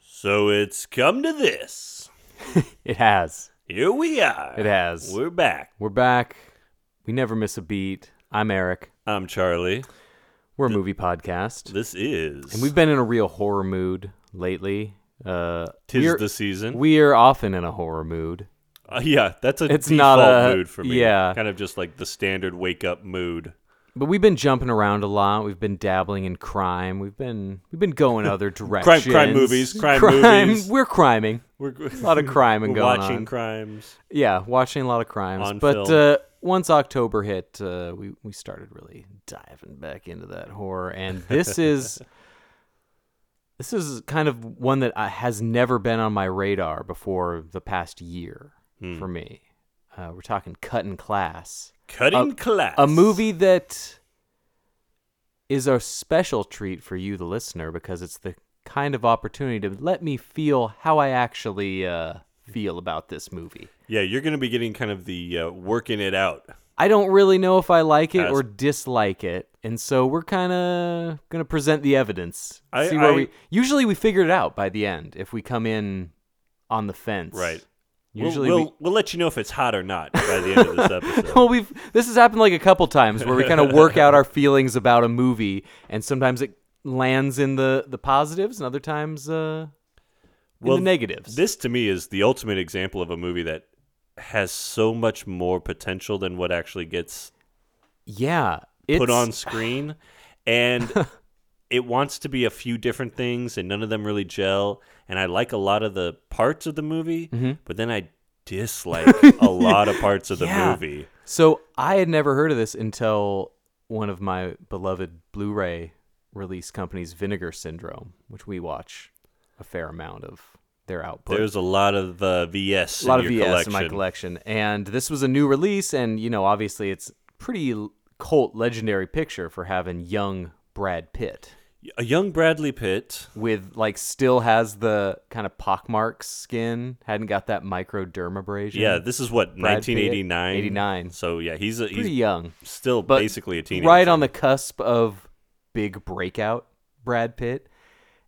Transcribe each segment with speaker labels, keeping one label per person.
Speaker 1: So it's come to this.
Speaker 2: It has.
Speaker 1: Here we are.
Speaker 2: It has.
Speaker 1: We're back.
Speaker 2: We're back. We never miss a beat. I'm Eric.
Speaker 1: I'm Charlie.
Speaker 2: We're a movie podcast.
Speaker 1: This is.
Speaker 2: and we've been in a real horror mood lately. Uh,
Speaker 1: Tis
Speaker 2: we're-
Speaker 1: the season.
Speaker 2: We are often in a horror mood.
Speaker 1: Uh, yeah, that's a
Speaker 2: It's
Speaker 1: default
Speaker 2: not a-
Speaker 1: mood for me.
Speaker 2: yeah.
Speaker 1: Kind of just like the standard wake up mood.
Speaker 2: But we've been jumping around a lot. We've been dabbling in crime. We've been we've been going other
Speaker 1: crime
Speaker 2: directions.
Speaker 1: movies, crime movies.
Speaker 2: We're criming.
Speaker 1: We're,
Speaker 2: A lot of crime and
Speaker 1: we're
Speaker 2: going
Speaker 1: watching
Speaker 2: on.
Speaker 1: crimes.
Speaker 2: Yeah, watching a lot of crimes.
Speaker 1: On
Speaker 2: but
Speaker 1: film.
Speaker 2: Uh, once October hit, uh, we we started really diving back into that horror, and this is this is kind of one that I, has never been on my radar before the past year
Speaker 1: Hmm.
Speaker 2: for me. Uh, we're talking Cut in Class,
Speaker 1: Cutting class.
Speaker 2: a movie that is a special treat for you, the listener, because it's the kind of opportunity to let me feel how I actually uh, feel about this movie.
Speaker 1: Yeah, you're going to be getting kind of the uh, working it out.
Speaker 2: I don't really know if I like it
Speaker 1: As-
Speaker 2: or dislike it, and so we're kind of gonna present the evidence.
Speaker 1: I-
Speaker 2: see where
Speaker 1: I-
Speaker 2: we usually we figure it out by the end if we come in on the fence.
Speaker 1: Right. We'll-
Speaker 2: Usually,
Speaker 1: we'll,
Speaker 2: we-
Speaker 1: we'll, let you know if it's hot or not by the end of this episode.
Speaker 2: well, we've this has happened like a couple times where we kind of work out our feelings about a movie, and sometimes it lands in the the positives, and other times uh, in the negatives.
Speaker 1: This to me is the ultimate example of a movie that has so much more potential than what actually gets
Speaker 2: yeah, it's,
Speaker 1: put on screen. And it wants to be a few different things and none of them really gel. And I like a lot of the parts of the movie,
Speaker 2: Mm-hmm.
Speaker 1: but then I dislike a lot of parts of the
Speaker 2: Yeah.
Speaker 1: movie.
Speaker 2: So I had never heard of this until one of my beloved Blu-ray release companies, Vinegar Syndrome, which we watch a fair amount of their output.
Speaker 1: There's a lot of uh, VS
Speaker 2: a lot
Speaker 1: in
Speaker 2: of
Speaker 1: your
Speaker 2: VS in my collection, and this was a new release, and you know, obviously, it's pretty l- cult legendary picture for having young Brad Pitt
Speaker 1: A young Bradley Pitt.
Speaker 2: with like still has the kind of pockmark skin, hadn't got that microdermabrasion.
Speaker 1: Yeah, this is what
Speaker 2: Brad Pitt,
Speaker 1: 1989.
Speaker 2: 89.
Speaker 1: So yeah, he's a, he's
Speaker 2: pretty young.
Speaker 1: still
Speaker 2: but
Speaker 1: basically a teenager.
Speaker 2: right on the cusp of big breakout Brad Pitt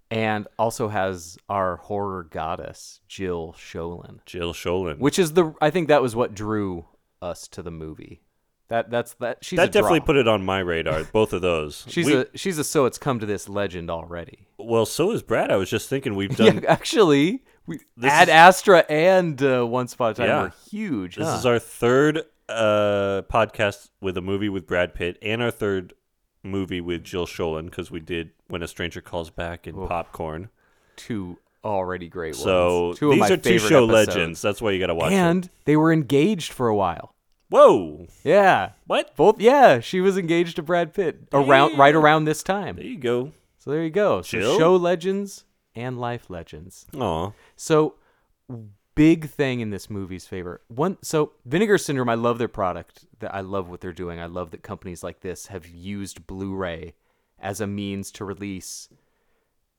Speaker 2: and also has our horror goddess Jill Sholin
Speaker 1: Jill Sholin.
Speaker 2: which is the I think that was what drew us to the movie that that's that she's
Speaker 1: that definitely put it on my radar. Both of those.
Speaker 2: she's
Speaker 1: We-
Speaker 2: a she's a so it's come to this legend already
Speaker 1: well. So is Brad. I was just thinking we've done.
Speaker 2: yeah, actually we
Speaker 1: This
Speaker 2: Ad
Speaker 1: is-
Speaker 2: Astra and uh, Once Upon a Time
Speaker 1: Yeah.
Speaker 2: were huge
Speaker 1: this
Speaker 2: huh?
Speaker 1: is our third uh, podcast with a movie with Brad Pitt, and our third movie with Jill Sholin because we did when a stranger calls back and popcorn.
Speaker 2: two already great ones
Speaker 1: So
Speaker 2: two of
Speaker 1: these
Speaker 2: my
Speaker 1: are two
Speaker 2: favorite
Speaker 1: show
Speaker 2: episodes.
Speaker 1: legends. That's why you got to watch it.
Speaker 2: and they were engaged for a while
Speaker 1: Whoa!
Speaker 2: yeah
Speaker 1: What?
Speaker 2: Both, yeah, she was engaged to Brad Pitt around right around this
Speaker 1: There
Speaker 2: time.
Speaker 1: you go.
Speaker 2: So there you go. So
Speaker 1: Jill?
Speaker 2: show legends and life legends.
Speaker 1: Aw.
Speaker 2: So big thing in this movie's favor. One, so Vinegar Syndrome. I love their product. That I love what they're doing. I love that companies like this have used Blu-ray as a means to release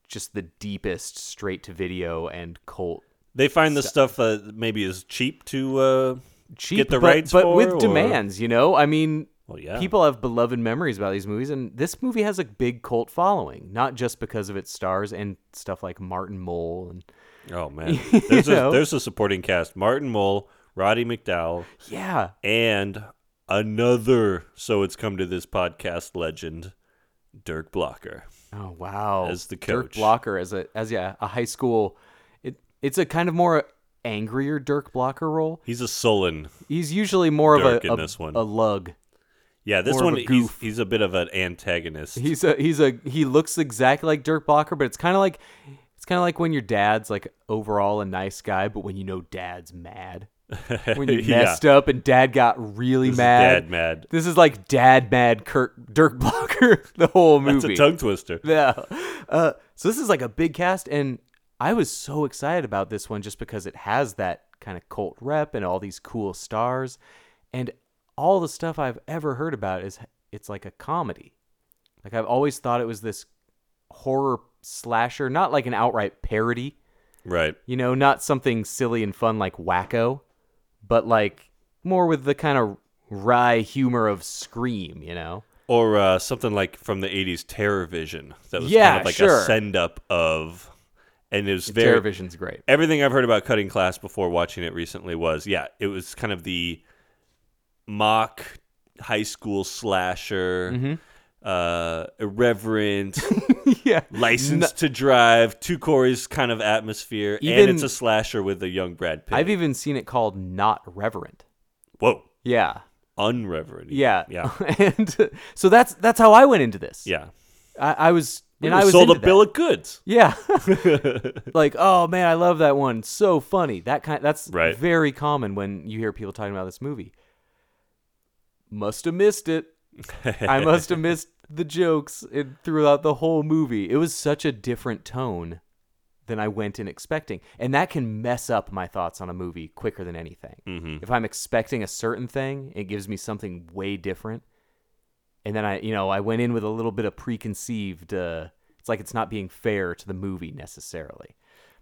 Speaker 2: just the deepest straight to video and cult
Speaker 1: They find the stuff that maybe is cheap to uh,
Speaker 2: cheap,
Speaker 1: get the
Speaker 2: but,
Speaker 1: rights
Speaker 2: but
Speaker 1: for,
Speaker 2: with
Speaker 1: or-
Speaker 2: demands. You know, I mean,
Speaker 1: Well, yeah.
Speaker 2: people have beloved memories about these movies, and this movie has a big cult following, not just because of its stars and stuff like Martin Mull and
Speaker 1: Oh man,
Speaker 2: You
Speaker 1: there's a,
Speaker 2: know?
Speaker 1: there's a supporting cast: Martin Mull, Roddy McDowell,
Speaker 2: yeah,
Speaker 1: and another. So it's come to this podcast legend, Dirk Blocker.
Speaker 2: oh wow,
Speaker 1: As the
Speaker 2: Dirk
Speaker 1: coach.
Speaker 2: Blocker as a as yeah a high school, it it's a kind of more angrier Dirk Blocker role.
Speaker 1: He's a sullen.
Speaker 2: He's usually more
Speaker 1: Dirk
Speaker 2: of
Speaker 1: in
Speaker 2: a a,
Speaker 1: this one.
Speaker 2: a lug.
Speaker 1: Yeah, this
Speaker 2: More of
Speaker 1: one
Speaker 2: a
Speaker 1: he's,
Speaker 2: goof.
Speaker 1: he's a bit of an antagonist.
Speaker 2: He's a he's a he looks exactly like Dirk Blocker, but it's kind of like it's kind of like when your dad's like overall a nice guy, but when you know dad's mad, when you
Speaker 1: Yeah.
Speaker 2: messed up and dad got really
Speaker 1: This is
Speaker 2: mad.
Speaker 1: dad mad.
Speaker 2: This is like dad mad Kirk, Dirk Blocker the whole
Speaker 1: That's
Speaker 2: movie.
Speaker 1: a tongue twister.
Speaker 2: yeah. Uh, so this is like a big cast, and I was so excited about this one just because it has that kind of cult rep and all these cool stars, and all the stuff I've ever heard about is it's like a comedy. Like I've always thought it was this horror slasher, not like an outright parody,
Speaker 1: Right.
Speaker 2: you know, not something silly and fun like Wacko, but like more with the kind of wry humor of Scream, you know.
Speaker 1: Or uh, something like from the 80s Terror Vision that was
Speaker 2: Yeah,
Speaker 1: kind of like
Speaker 2: sure.
Speaker 1: a send up of. And it was very.
Speaker 2: Terrorvision's great.
Speaker 1: everything I've heard about cutting class before watching it recently was yeah, it was kind of the mock high school slasher,
Speaker 2: Mm-hmm.
Speaker 1: uh, irreverent,
Speaker 2: yeah.
Speaker 1: license to drive, two Corey's kind of atmosphere,
Speaker 2: Even-
Speaker 1: and it's a slasher with a young Brad Pitt.
Speaker 2: I've e- even seen it called not reverent.
Speaker 1: Whoa,
Speaker 2: Yeah.
Speaker 1: unreverent.
Speaker 2: Yeah.
Speaker 1: yeah,
Speaker 2: and so that's that's how I went into this.
Speaker 1: yeah.
Speaker 2: I, I was
Speaker 1: We
Speaker 2: and
Speaker 1: were
Speaker 2: I was
Speaker 1: sold a
Speaker 2: into that.
Speaker 1: bill of goods.
Speaker 2: Yeah. like, oh man, I love that one. So funny. That kind that's
Speaker 1: Right.
Speaker 2: very common when you hear people talking about this movie. Must have missed it. I must have missed the jokes in, throughout the whole movie. It was such a different tone than I went in expecting. And that can mess up my thoughts on a movie quicker than anything. If I'm expecting a certain thing, it gives me something way different. And then I, you know, I went in with a little bit of preconceived. Uh, it's like it's not being fair to the movie necessarily.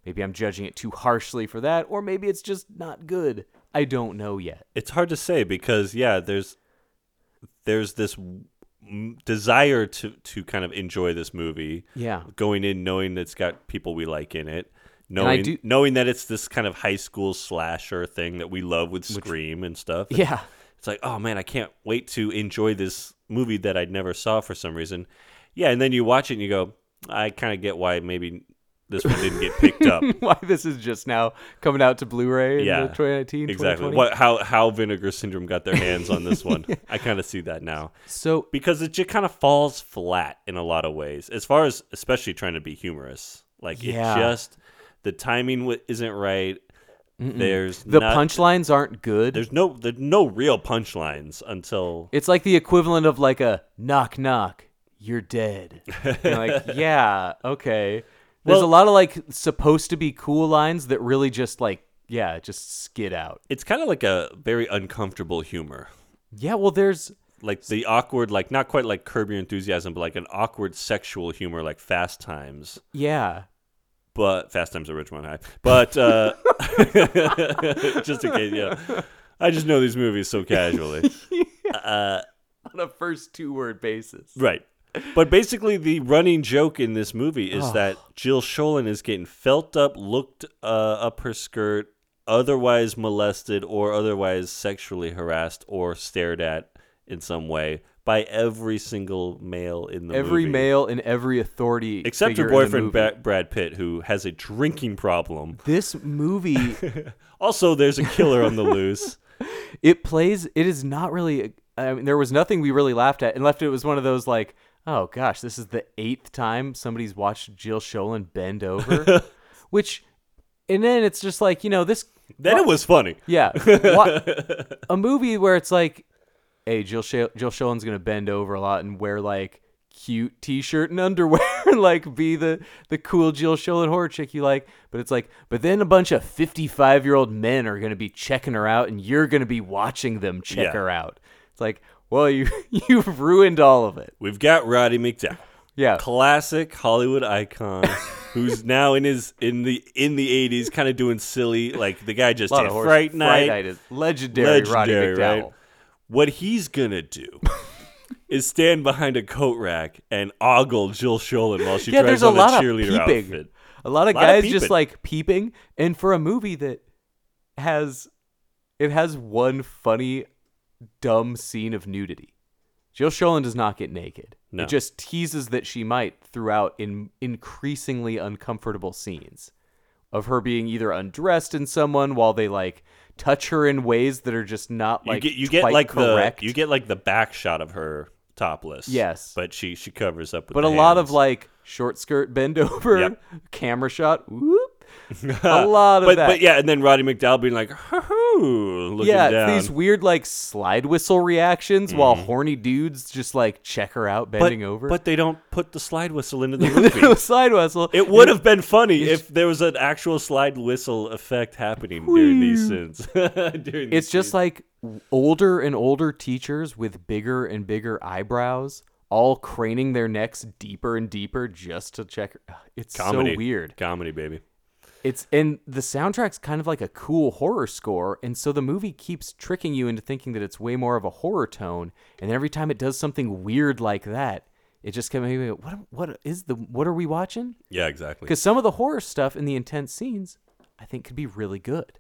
Speaker 2: Maybe I'm judging it too harshly for that, or maybe it's just not good. I don't know yet.
Speaker 1: It's hard to say because yeah, there's there's this mm, desire to to kind of enjoy this movie.
Speaker 2: Yeah.
Speaker 1: going in knowing it's got people we like in it,
Speaker 2: I
Speaker 1: knowing
Speaker 2: do-
Speaker 1: knowing that it's this kind of high school slasher thing that we love with Scream and stuff.
Speaker 2: Yeah.
Speaker 1: it's like oh man, I can't wait to enjoy this movie that I never saw for some reason. Yeah, and then you watch it and you go, I kind of get why maybe this one didn't get picked up.
Speaker 2: Why this is just now coming out to Blu-ray in
Speaker 1: Yeah,
Speaker 2: yeah, 2019,
Speaker 1: exactly.
Speaker 2: 2020.
Speaker 1: What how how Vinegar Syndrome got their hands on this one? I kind of see that now.
Speaker 2: So
Speaker 1: because it just kind of falls flat in a lot of ways as far as especially trying to be humorous like
Speaker 2: Yeah.
Speaker 1: it just the timing w- isn't right there's
Speaker 2: the
Speaker 1: not-
Speaker 2: punchlines aren't good.
Speaker 1: there's no there's no real punchlines until
Speaker 2: It's like the equivalent of like a knock knock, you're dead. You're like, yeah, okay. There's
Speaker 1: Well-
Speaker 2: a lot of like supposed to be cool lines that really just like, yeah, just skid out.
Speaker 1: it's kind of like a very uncomfortable humor
Speaker 2: Yeah, well, there's
Speaker 1: like the awkward like not quite like curb your enthusiasm but like an awkward sexual humor like fast times
Speaker 2: yeah,
Speaker 1: but Fast Times at Ridgemont High. But uh, just in case, yeah, I just know these movies so casually,
Speaker 2: on a first two word basis.
Speaker 1: right? But basically, the running joke in this movie is that Jill Sholin is getting felt up, looked uh, up her skirt, otherwise molested or otherwise sexually harassed or stared at in some way by every single male in the
Speaker 2: Every
Speaker 1: movie.
Speaker 2: male and every authority
Speaker 1: Except her
Speaker 2: figure in the
Speaker 1: boyfriend
Speaker 2: movie.
Speaker 1: Ba- Brad Pitt, who has a drinking problem.
Speaker 2: This movie
Speaker 1: Also, there's a killer on the loose.
Speaker 2: it plays it is not really i mean there was nothing we really laughed at and left it was one of those like oh gosh this is the eighth time somebody's watched jill sholin bend over which and then it's just like you know this
Speaker 1: Then it was funny.
Speaker 2: yeah wha- a movie where it's like hey jill, Sh- jill sholin's gonna bend over a lot and wear like cute t-shirt and underwear and like be the the cool jill sholin horror chick you like but it's like but then a bunch of 55 year old men are gonna be checking her out and you're gonna be watching them check
Speaker 1: Yeah.
Speaker 2: her out it's like well you you've ruined all of it
Speaker 1: We've got Roddy McDowell,
Speaker 2: yeah
Speaker 1: classic Hollywood icon, who's now in his in the in the eighties, kind of doing silly like the guy just
Speaker 2: a lot
Speaker 1: did
Speaker 2: of horse
Speaker 1: Fright Night.
Speaker 2: is legendary, roddy
Speaker 1: Legendary,
Speaker 2: mcdowell
Speaker 1: right? What he's gonna do is stand behind a coat rack and ogle Jill Sholin while she
Speaker 2: yeah,
Speaker 1: tries
Speaker 2: there's a
Speaker 1: on
Speaker 2: lot
Speaker 1: a
Speaker 2: of
Speaker 1: cheerleader
Speaker 2: peeping.
Speaker 1: outfit.
Speaker 2: A lot of
Speaker 1: Lot of
Speaker 2: guys just
Speaker 1: peeping.
Speaker 2: like peeping, and for a movie that has it has one funny, dumb scene of nudity. Jill Sholin does not get naked.
Speaker 1: No.
Speaker 2: It just teases that she might throughout in increasingly uncomfortable scenes of her being either undressed in someone while they like touch her in ways that are just not
Speaker 1: You
Speaker 2: like
Speaker 1: get you get
Speaker 2: quite
Speaker 1: like
Speaker 2: correct.
Speaker 1: the you get like the back shot of her topless.
Speaker 2: Yes.
Speaker 1: but she she covers up. With
Speaker 2: but
Speaker 1: the
Speaker 2: a lot of
Speaker 1: hands.
Speaker 2: like short skirt bend over
Speaker 1: Yep.
Speaker 2: camera shot whoop a lot of
Speaker 1: but
Speaker 2: that
Speaker 1: Ah, but yeah, and then Roddy McDowell being like, ooh, looking
Speaker 2: yeah,
Speaker 1: down. Mm-hmm.
Speaker 2: it's these weird like slide whistle reactions while horny dudes just like check her out
Speaker 1: but,
Speaker 2: bending over.
Speaker 1: but they don't put the slide whistle into the
Speaker 2: It was
Speaker 1: movie.
Speaker 2: slide whistle.
Speaker 1: it would have been funny if there was an actual slide whistle effect happening during these scenes. during
Speaker 2: It's
Speaker 1: these
Speaker 2: just
Speaker 1: scenes.
Speaker 2: like older and older teachers with bigger and bigger eyebrows, all craning their necks deeper and deeper just to check. her- It's
Speaker 1: comedy
Speaker 2: so weird.
Speaker 1: comedy, baby.
Speaker 2: It's and the soundtrack's kind of like a cool horror score, and so the movie keeps tricking you into thinking that it's way more of a horror tone. And every time it does something weird like that, it just kind of makes me go, "What? am- What is the? What are we watching?"
Speaker 1: Yeah, exactly.
Speaker 2: Because some of the horror stuff in the intense scenes, I think, could be really good.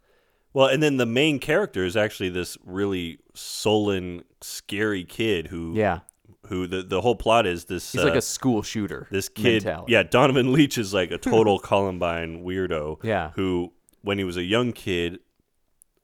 Speaker 1: Well, and then the main character is actually this really sullen, scary kid who
Speaker 2: Yeah,
Speaker 1: who the, the whole plot is this
Speaker 2: he's
Speaker 1: uh,
Speaker 2: like a school shooter.
Speaker 1: this kid
Speaker 2: mentality.
Speaker 1: yeah donovan leach is like a total columbine weirdo
Speaker 2: Yeah.
Speaker 1: who when he was a young kid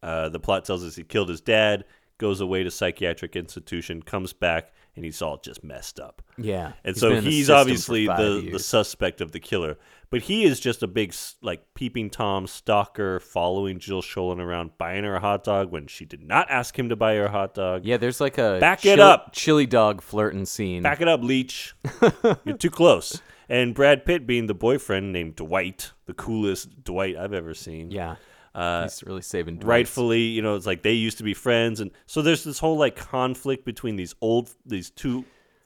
Speaker 1: uh, the plot tells us he killed his dad goes away to psychiatric institution comes back and he's all just messed up
Speaker 2: yeah.
Speaker 1: and
Speaker 2: been
Speaker 1: so
Speaker 2: in the
Speaker 1: he's
Speaker 2: system for
Speaker 1: obviously
Speaker 2: five
Speaker 1: the, the
Speaker 2: years.
Speaker 1: suspect of the killer but he is just a big s- like peeping tom stalker following jill Sholin around buying her a hot dog when she did not ask him to buy her a hot dog
Speaker 2: yeah. There's like a
Speaker 1: Back it
Speaker 2: chili-
Speaker 1: up.
Speaker 2: chili dog flirting scene.
Speaker 1: Back it up, Leech. You're too close. And Brad Pitt being the boyfriend named Dwight, the coolest Dwight I've ever seen.
Speaker 2: yeah, he's really saving. Dwight's-
Speaker 1: Uh, Rightfully, you know, it's like they used to be friends, and so there's this whole like conflict between these old, these two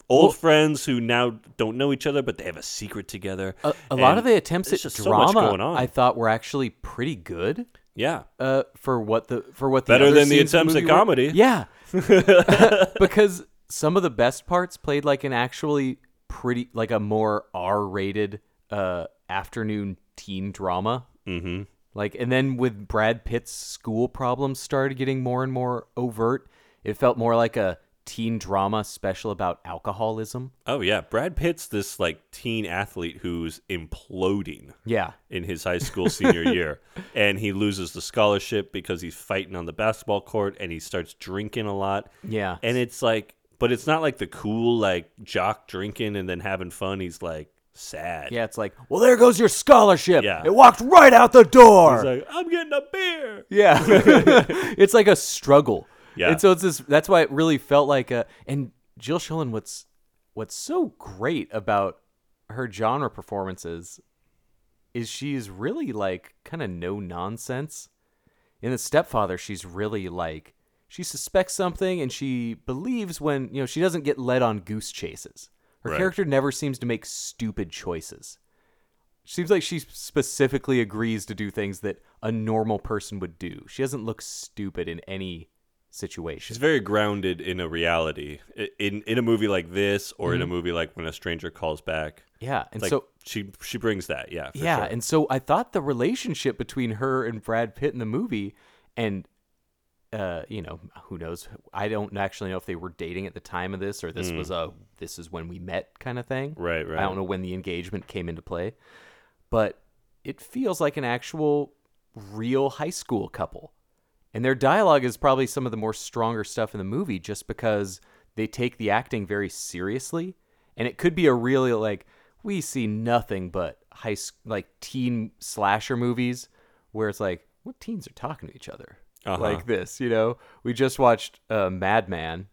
Speaker 1: old friends who now don't know each other, but they have a secret together.
Speaker 2: A, a lot
Speaker 1: And
Speaker 2: of the attempts at
Speaker 1: there's
Speaker 2: drama
Speaker 1: just so much going on.
Speaker 2: I thought were actually pretty good.
Speaker 1: yeah,
Speaker 2: Uh, for what the for what the
Speaker 1: Better
Speaker 2: other
Speaker 1: than the
Speaker 2: scenes in
Speaker 1: attempts at
Speaker 2: movie were.
Speaker 1: comedy.
Speaker 2: Yeah, because some of the best parts played like an actually pretty like a more R-rated uh afternoon teen drama. Mm-hmm. Like, and then with Brad Pitt's school problems started getting more and more overt. It felt more like a teen drama special about alcoholism.
Speaker 1: oh yeah, Brad Pitt's this like teen athlete who's imploding.
Speaker 2: Yeah,
Speaker 1: in his high school senior year and he loses the scholarship because he's fighting on the basketball court and he starts drinking a lot
Speaker 2: yeah.
Speaker 1: and it's like but it's not like the cool like jock drinking and then having fun he's like sad
Speaker 2: Yeah, it's like, well, there goes your scholarship.
Speaker 1: Yeah.
Speaker 2: It walked right out the door.
Speaker 1: he's like i'm getting a beer
Speaker 2: yeah. it's like a struggle.
Speaker 1: Yeah.
Speaker 2: And so it's this that's why it really felt like a and Jill Schillen what's what's so great about her genre performances is she's really like kind of no nonsense. In the stepfather, she's really like she suspects something and she believes when you know she doesn't get led on goose chases. Her
Speaker 1: Right.
Speaker 2: character never seems to make stupid choices seems like she specifically agrees to do things that a normal person would do. She doesn't look stupid in any situation.
Speaker 1: she's very grounded in a reality I- in in a movie like this or in a movie like when a stranger calls back
Speaker 2: yeah, Mhm. and
Speaker 1: like
Speaker 2: so
Speaker 1: she she brings that yeah for
Speaker 2: yeah,
Speaker 1: sure.
Speaker 2: and so I thought the relationship between her and Brad Pitt in the movie, and uh, you know, who knows? I don't actually know if they were dating at the time of this or this was a this is when we met kind of thing.
Speaker 1: Hmm. Right, right.
Speaker 2: I don't know when the engagement came into play, but it feels like an actual real high school couple. And their dialogue is probably some of the more stronger stuff in the movie just because they take the acting very seriously. And it could be a really like, we see nothing but high, s- like teen slasher movies where it's like, what teens are talking to each other?
Speaker 1: Uh-huh.
Speaker 2: Like this, you know? We just watched uh, Madman.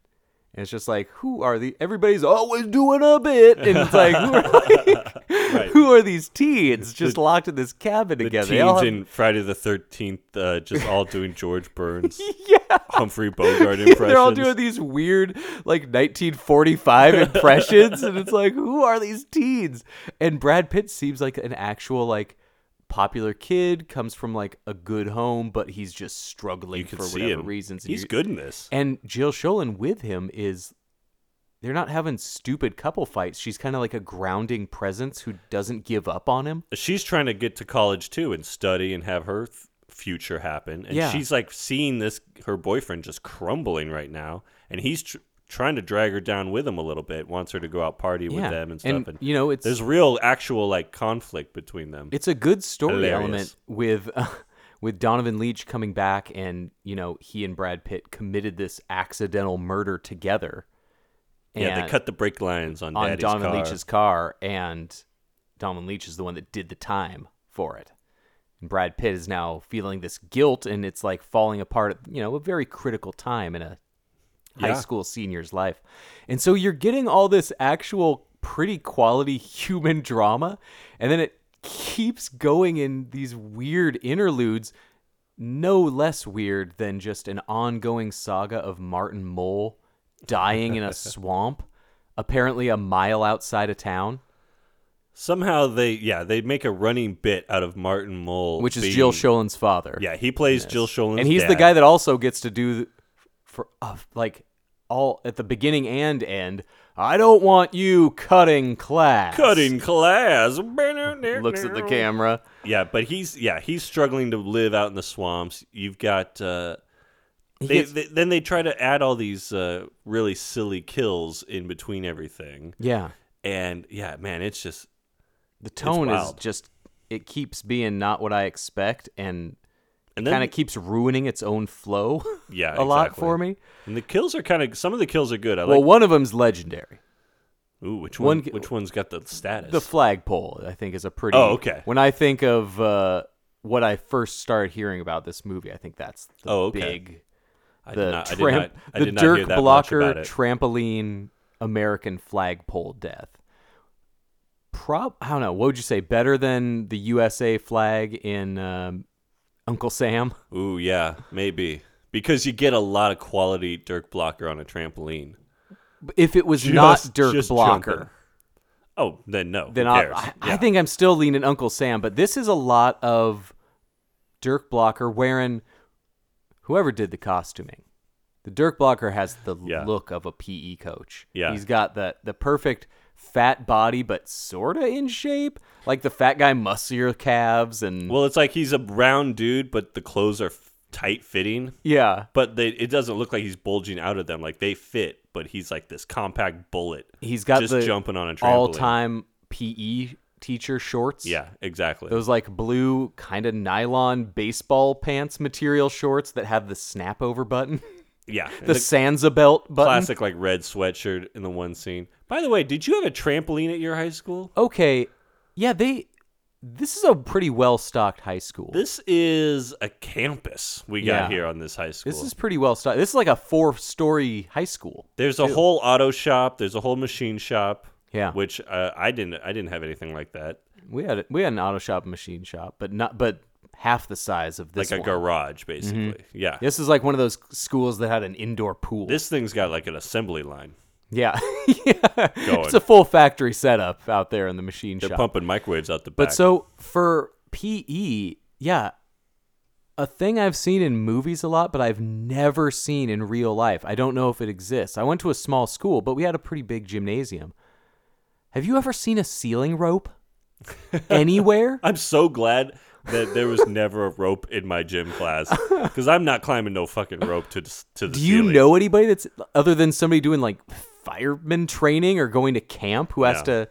Speaker 2: And it's just like, who are the? Everybody's always doing a bit, and it's like, who are, who are these teens just locked in this cabin
Speaker 1: the
Speaker 2: together? They all
Speaker 1: teens
Speaker 2: have-
Speaker 1: in Friday the Thirteenth, uh, just all doing George Burns,
Speaker 2: yeah,
Speaker 1: Humphrey Bogart impressions.
Speaker 2: They're all doing these weird, like 1945 impressions, and it's like, who are these teens? And Brad Pitt seems like an actual like popular kid, comes from like a good home, but he's just struggling
Speaker 1: you can
Speaker 2: for
Speaker 1: see
Speaker 2: whatever
Speaker 1: him.
Speaker 2: reasons. and
Speaker 1: He's
Speaker 2: you-
Speaker 1: good in this.
Speaker 2: And Jill Sholin with him is they're not having stupid couple fights. She's kind of like a grounding presence who doesn't give up on him.
Speaker 1: She's trying to get to college too and study and have her f- future happen. And
Speaker 2: Yeah.
Speaker 1: she's like seeing this her boyfriend just crumbling right now, and he's tr- trying to drag her down with him a little bit. Wants her to go out party with
Speaker 2: Yeah.
Speaker 1: them and stuff.
Speaker 2: And, you know, it's-
Speaker 1: there's real actual like conflict between them.
Speaker 2: It's a good story
Speaker 1: Hilarious.
Speaker 2: element with uh, with Donovan Leach coming back and, you know, he and Brad Pitt committed this accidental murder together.
Speaker 1: yeah, they
Speaker 2: And-
Speaker 1: cut the brake lines on,
Speaker 2: on
Speaker 1: Daddy's
Speaker 2: Donovan
Speaker 1: car.
Speaker 2: Leach's car and Donovan Leach is the one that did the time for it. And Brad Pitt is now feeling this guilt, and it's like falling apart at you know a very critical time in a high
Speaker 1: Yeah.
Speaker 2: school senior's life. And so you're getting all this actual pretty quality human drama, and then it keeps going in these weird interludes, no less weird than just an ongoing saga of Martin Mole dying in a swamp, apparently a mile outside of town,
Speaker 1: Somehow they, yeah, they make a running bit out of Martin Mull,
Speaker 2: which is
Speaker 1: being-
Speaker 2: Jill Schoen's father.
Speaker 1: Yeah, he plays Jill Schoen's
Speaker 2: and he's the
Speaker 1: dad.
Speaker 2: guy that also gets to do th- for uh, like all at the beginning and end. I don't want you cutting class.
Speaker 1: cutting class.
Speaker 2: looks at the camera.
Speaker 1: Yeah, but he's yeah he's struggling to live out in the swamps. You've got uh,
Speaker 2: He
Speaker 1: they,
Speaker 2: gets-
Speaker 1: they, then they try to add all these uh, really silly kills in between everything,
Speaker 2: yeah,
Speaker 1: and yeah, man, it's just
Speaker 2: the tone is
Speaker 1: wild.
Speaker 2: just it keeps being not what I expect and
Speaker 1: and then
Speaker 2: kind of keeps ruining its own flow.
Speaker 1: Yeah,
Speaker 2: a lot
Speaker 1: exactly.
Speaker 2: for me.
Speaker 1: and the kills are kind of some of the kills are good. I
Speaker 2: well,
Speaker 1: like
Speaker 2: one of them's legendary.
Speaker 1: ooh which
Speaker 2: one
Speaker 1: one,
Speaker 2: ki-
Speaker 1: which one's got the status
Speaker 2: The flagpole, I think, is a pretty.
Speaker 1: Oh, okay.
Speaker 2: When I think of uh, what I first started hearing about this movie, I think that's the
Speaker 1: Oh, okay.
Speaker 2: big
Speaker 1: I did
Speaker 2: the
Speaker 1: not, I did
Speaker 2: tramp-
Speaker 1: not, I
Speaker 2: the
Speaker 1: did not
Speaker 2: Dirk
Speaker 1: hear that much
Speaker 2: Blocker
Speaker 1: about it.
Speaker 2: trampoline American flagpole death. Prob I don't know. What would you say? Better than the USA flag in um, Uncle Sam?
Speaker 1: Ooh, yeah, maybe because you get a lot of quality Dirk Blocker on a trampoline.
Speaker 2: If it was
Speaker 1: Just-
Speaker 2: not Dirk
Speaker 1: just
Speaker 2: Blocker,
Speaker 1: jumping. Oh, then no.
Speaker 2: then
Speaker 1: Who
Speaker 2: I,
Speaker 1: cares?
Speaker 2: I, I
Speaker 1: Yeah.
Speaker 2: think I'm still leaning Uncle Sam. But this is a lot of Dirk Blocker wearing whoever did the costuming. The Dirk Blocker has the
Speaker 1: Yeah.
Speaker 2: look of a PE coach.
Speaker 1: Yeah.
Speaker 2: he's got the the perfect fat body, but sorta in shape. Like the fat guy, musclier calves, and
Speaker 1: Well, it's like he's a round dude, but the clothes are f- tight fitting.
Speaker 2: yeah,
Speaker 1: But they, it doesn't look like he's bulging out of them. Like they fit, but he's like this compact bullet.
Speaker 2: he's got
Speaker 1: just
Speaker 2: the
Speaker 1: jumping on a trampoline.
Speaker 2: all time PE E teacher shorts.
Speaker 1: Yeah, exactly.
Speaker 2: Those like blue kind of nylon baseball pants material shorts that have the snap over button.
Speaker 1: yeah,
Speaker 2: the, Sansa belt button.
Speaker 1: classic like red sweatshirt in the one scene. By the way, did you have a trampoline at your high school?
Speaker 2: Okay, yeah, they. This is a pretty well stocked high school.
Speaker 1: This is a campus we
Speaker 2: Yeah.
Speaker 1: got here on this high school.
Speaker 2: This is pretty well stocked. This is like a four story high school.
Speaker 1: There's a whole auto shop. There's a whole machine shop.
Speaker 2: Yeah.
Speaker 1: Which uh, I didn't. I didn't have anything like that.
Speaker 2: We had we had an auto shop, and machine shop, but not but half the size of this.
Speaker 1: like a
Speaker 2: one. Mm-hmm.
Speaker 1: garage, basically. Yeah.
Speaker 2: This is like one of those schools that had an indoor pool.
Speaker 1: This thing's got like an assembly line.
Speaker 2: yeah, yeah. it's
Speaker 1: Going.
Speaker 2: a full factory setup out there in the machine
Speaker 1: They're
Speaker 2: shop.
Speaker 1: pumping microwaves out the back.
Speaker 2: But so for PE, yeah, a thing I've seen in movies a lot, but I've never seen in real life. I don't know if it exists. I went to a small school, but we had a pretty big gymnasium. Have you ever seen a ceiling rope anywhere?
Speaker 1: I'm so glad that there was never a rope in my gym class because I'm not climbing no fucking rope to the- to the.
Speaker 2: Do you
Speaker 1: ceiling.
Speaker 2: know anybody that's other than somebody doing like fireman training or going to camp who has
Speaker 1: No.
Speaker 2: to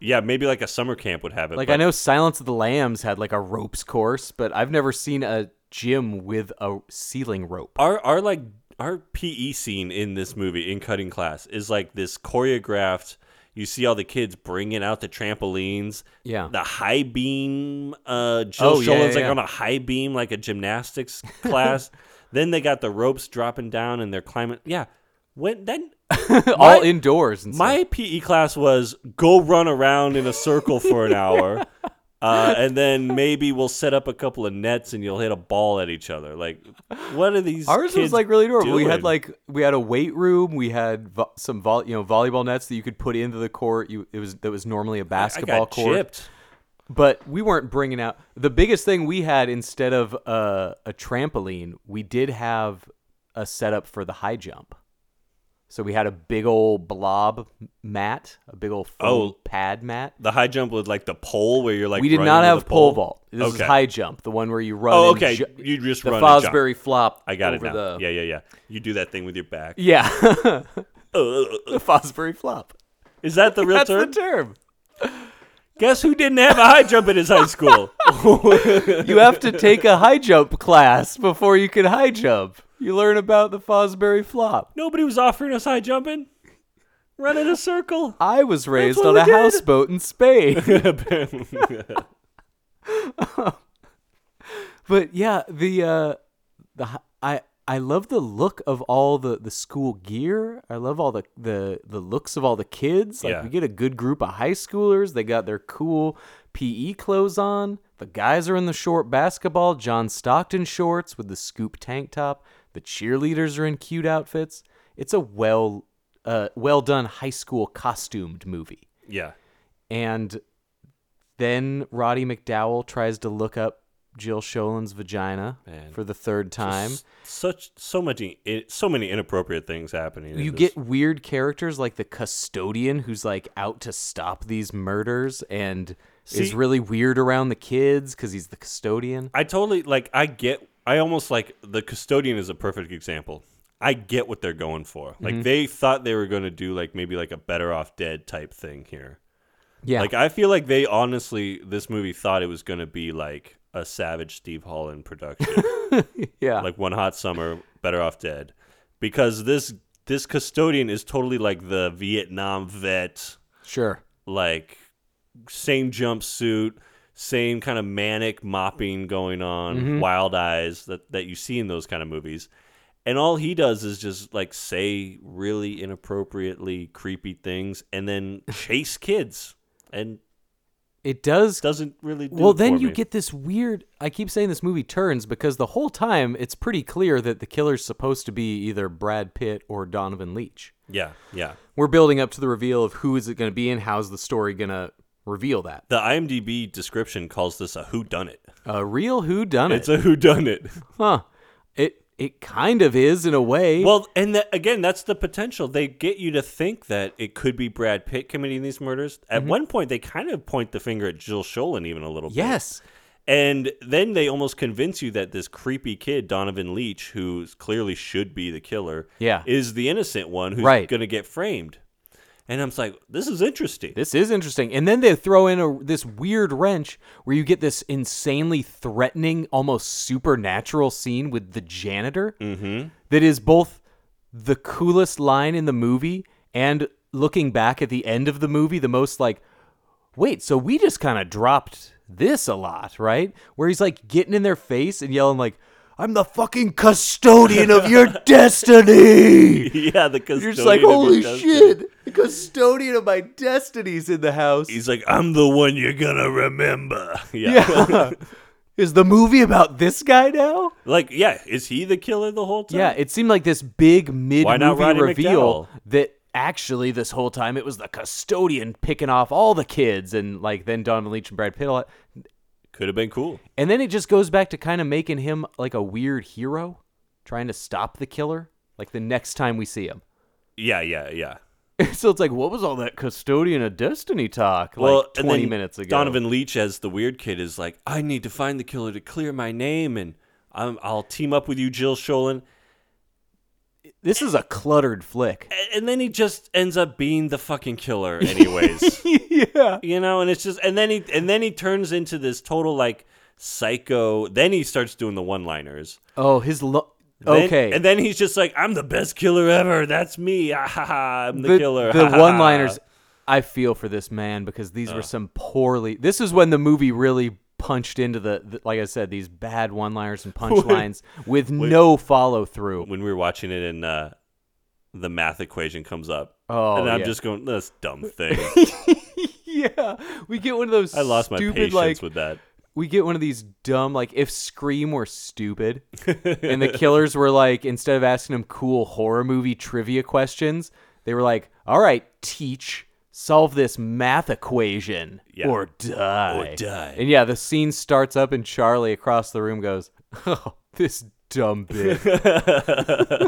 Speaker 1: Yeah, maybe like a summer camp would have it.
Speaker 2: like
Speaker 1: but
Speaker 2: I know Silence of the Lambs had like a ropes course, but I've never seen a gym with a ceiling rope.
Speaker 1: our our like our PE scene in this movie in cutting class is like this choreographed. You see all the kids bringing out the trampolines.
Speaker 2: Yeah.
Speaker 1: The high beam. Uh, Jill
Speaker 2: Oh, yeah,
Speaker 1: Schoen's
Speaker 2: yeah,
Speaker 1: like
Speaker 2: yeah.
Speaker 1: on a high beam, like a gymnastics class. then they got the ropes dropping down and they're climbing. Yeah. When then
Speaker 2: All
Speaker 1: Uh, My-
Speaker 2: indoors and stuff.
Speaker 1: my PE class was go run around in a circle for an hour. Uh, and then maybe we'll set up a couple of nets and you'll hit a ball at each other. Like, what are these?
Speaker 2: Ours was
Speaker 1: kids
Speaker 2: like really normal. We had
Speaker 1: doing?
Speaker 2: like we had a weight room. We had vo- some vol- you know volleyball nets that you could put into the court. You it was that was normally a basketball
Speaker 1: I got
Speaker 2: court.
Speaker 1: chipped.
Speaker 2: But we weren't bringing out the biggest thing we had instead of uh, a trampoline. We did have a setup for the high jump. So we had a big old blob mat, a big old
Speaker 1: Oh.
Speaker 2: foam pad mat.
Speaker 1: The high jump was like the pole where you're like.
Speaker 2: we did
Speaker 1: running
Speaker 2: not
Speaker 1: to
Speaker 2: have
Speaker 1: the
Speaker 2: pole
Speaker 1: pole
Speaker 2: vault. This is
Speaker 1: Okay.
Speaker 2: high jump, the one where you run.
Speaker 1: Oh,
Speaker 2: and
Speaker 1: okay.
Speaker 2: ju-
Speaker 1: You just
Speaker 2: the
Speaker 1: run and jump.
Speaker 2: Fosbury flop.
Speaker 1: I got it
Speaker 2: over
Speaker 1: now.
Speaker 2: The,
Speaker 1: Yeah, yeah, yeah. You do that thing with your back.
Speaker 2: Yeah.
Speaker 1: Uh, uh, uh.
Speaker 2: the Fosbury flop.
Speaker 1: Is that the real
Speaker 2: That's
Speaker 1: term?
Speaker 2: the term.
Speaker 1: Guess who didn't have a high jump in his high school?
Speaker 2: You have to take a high jump class before you can high jump. You learn about the Fosbury flop.
Speaker 1: Nobody was offering us high jumping. Run in a circle.
Speaker 2: I was raised
Speaker 1: what
Speaker 2: on
Speaker 1: we
Speaker 2: a
Speaker 1: did.
Speaker 2: houseboat in Spain.
Speaker 1: Apparently.
Speaker 2: but yeah, the uh, the hi- I I love the look of all the the school gear. I love all the the the looks of all the kids. Like
Speaker 1: Yeah.
Speaker 2: we get a good group of high schoolers. They got their cool PE clothes on. The guys are in the short basketball John Stockton shorts with the scoop tank top. The cheerleaders are in cute outfits. It's a well uh, well done high school costumed movie
Speaker 1: Yeah.
Speaker 2: and then Roddy McDowell tries to look up Jill Sholin's vagina
Speaker 1: Man.
Speaker 2: for the third time.
Speaker 1: S- Such so much i- it, so many inappropriate things happening. in
Speaker 2: You
Speaker 1: this.
Speaker 2: get weird characters like the custodian who's like out to stop these murders and is
Speaker 1: See-
Speaker 2: really weird around the kids because he's the custodian.
Speaker 1: I totally like I get I almost like the custodian is a perfect example. I get what they're going for. Like
Speaker 2: Mm-hmm.
Speaker 1: they thought they were going to do like maybe like a better off dead type thing here.
Speaker 2: Yeah.
Speaker 1: Like I feel like they honestly this movie thought it was going to be like a savage Steve Holland production.
Speaker 2: yeah.
Speaker 1: like one hot summer better off dead because this this custodian is totally like the Vietnam vet
Speaker 2: sure.
Speaker 1: like same jumpsuit, same kind of manic mopping going on,
Speaker 2: Mm-hmm.
Speaker 1: wild eyes that that you see in those kind of movies. And all he does is just like say really inappropriately creepy things and then chase kids and
Speaker 2: It does
Speaker 1: doesn't really do
Speaker 2: well
Speaker 1: it
Speaker 2: then
Speaker 1: for
Speaker 2: you
Speaker 1: me.
Speaker 2: get this weird i keep saying this movie turns because the whole time it's pretty clear that the killer's supposed to be either brad pitt or donovan leach
Speaker 1: Yeah, yeah.
Speaker 2: we're building up to the reveal of who is it going to be and how's the story going to reveal that
Speaker 1: The IMDb description calls this a who done it.
Speaker 2: a real who done it
Speaker 1: It's a who done it.
Speaker 2: huh it it kind of is in a way
Speaker 1: Well, and that, again, that's the potential. They get you to think that it could be Brad Pitt committing these murders. At
Speaker 2: Mm-hmm.
Speaker 1: one point, they kind of point the finger at Jill Sholin even a little
Speaker 2: yes
Speaker 1: bit. And then they almost convince you that this creepy kid, Donovan Leach, who clearly should be the killer,
Speaker 2: Yeah.
Speaker 1: is the innocent one who's
Speaker 2: Right.
Speaker 1: going to get framed. And I'm just like, this is interesting.
Speaker 2: this is interesting and then they throw in a, this weird wrench where you get this insanely threatening almost supernatural scene with the janitor that is both the coolest line in the movie and looking back at the end of the movie the most like wait so we just kind of dropped this a lot right where he's like getting in their face and yelling like i'm the fucking custodian of your destiny
Speaker 1: yeah, the custodian.
Speaker 2: you're just like
Speaker 1: of your
Speaker 2: holy
Speaker 1: destiny.
Speaker 2: shit the custodian of my destiny's in the house
Speaker 1: He's like, I'm the one you're going to remember. yeah.
Speaker 2: yeah is the movie about this guy now
Speaker 1: like, yeah, is he the killer the whole time?
Speaker 2: Yeah, it seemed like this big mid
Speaker 1: not
Speaker 2: movie
Speaker 1: Roddy
Speaker 2: reveal
Speaker 1: McDowell?
Speaker 2: that actually this whole time it was the custodian picking off all the kids and like then Donovan Leach and Brad Pitt. all-
Speaker 1: Could have been cool.
Speaker 2: And then it just goes back to kind of making him like a weird hero trying to stop the killer like the next time we see him.
Speaker 1: Yeah, yeah, yeah.
Speaker 2: so it's like what was all that custodian of destiny talk like
Speaker 1: and
Speaker 2: 20
Speaker 1: then
Speaker 2: minutes ago?
Speaker 1: Donovan Leach as the weird kid is like, I need to find the killer to clear my name, and i I'll team up with you, Jill Sholin.
Speaker 2: This is a cluttered flick.
Speaker 1: A- And then he just ends up being the fucking killer, anyways.
Speaker 2: yeah.
Speaker 1: you know, and it's just, and then he, and then he turns into this total like psycho. Then he starts doing the one-liners.
Speaker 2: Oh, his lo-
Speaker 1: Then-
Speaker 2: Okay.
Speaker 1: and then he's just like, I'm the best killer ever. That's me. Ah, ha, ha, I'm the, killer.
Speaker 2: The
Speaker 1: Ha, ha, ha."
Speaker 2: one liners, I feel for this man because these
Speaker 1: Oh.
Speaker 2: were some poorly. This is when the movie really punched into the, the- like I said, these bad one liners and punchlines with no follow through.
Speaker 1: when we were watching it and uh, the math equation comes up.
Speaker 2: Oh,
Speaker 1: and I'm
Speaker 2: yeah.
Speaker 1: just going, this dumb thing.
Speaker 2: yeah, we get one of those.
Speaker 1: I lost my
Speaker 2: stupid,
Speaker 1: patience
Speaker 2: like,
Speaker 1: with that.
Speaker 2: We get one of these dumb, like if Scream were stupid, and the killers were like, instead of asking him cool horror movie trivia questions, they were like, "All right, teach." Solve this math equation
Speaker 1: Yeah.
Speaker 2: or die.
Speaker 1: Or die.
Speaker 2: And yeah, the scene starts up, and Charlie across the room goes, "Oh, this dumb bitch,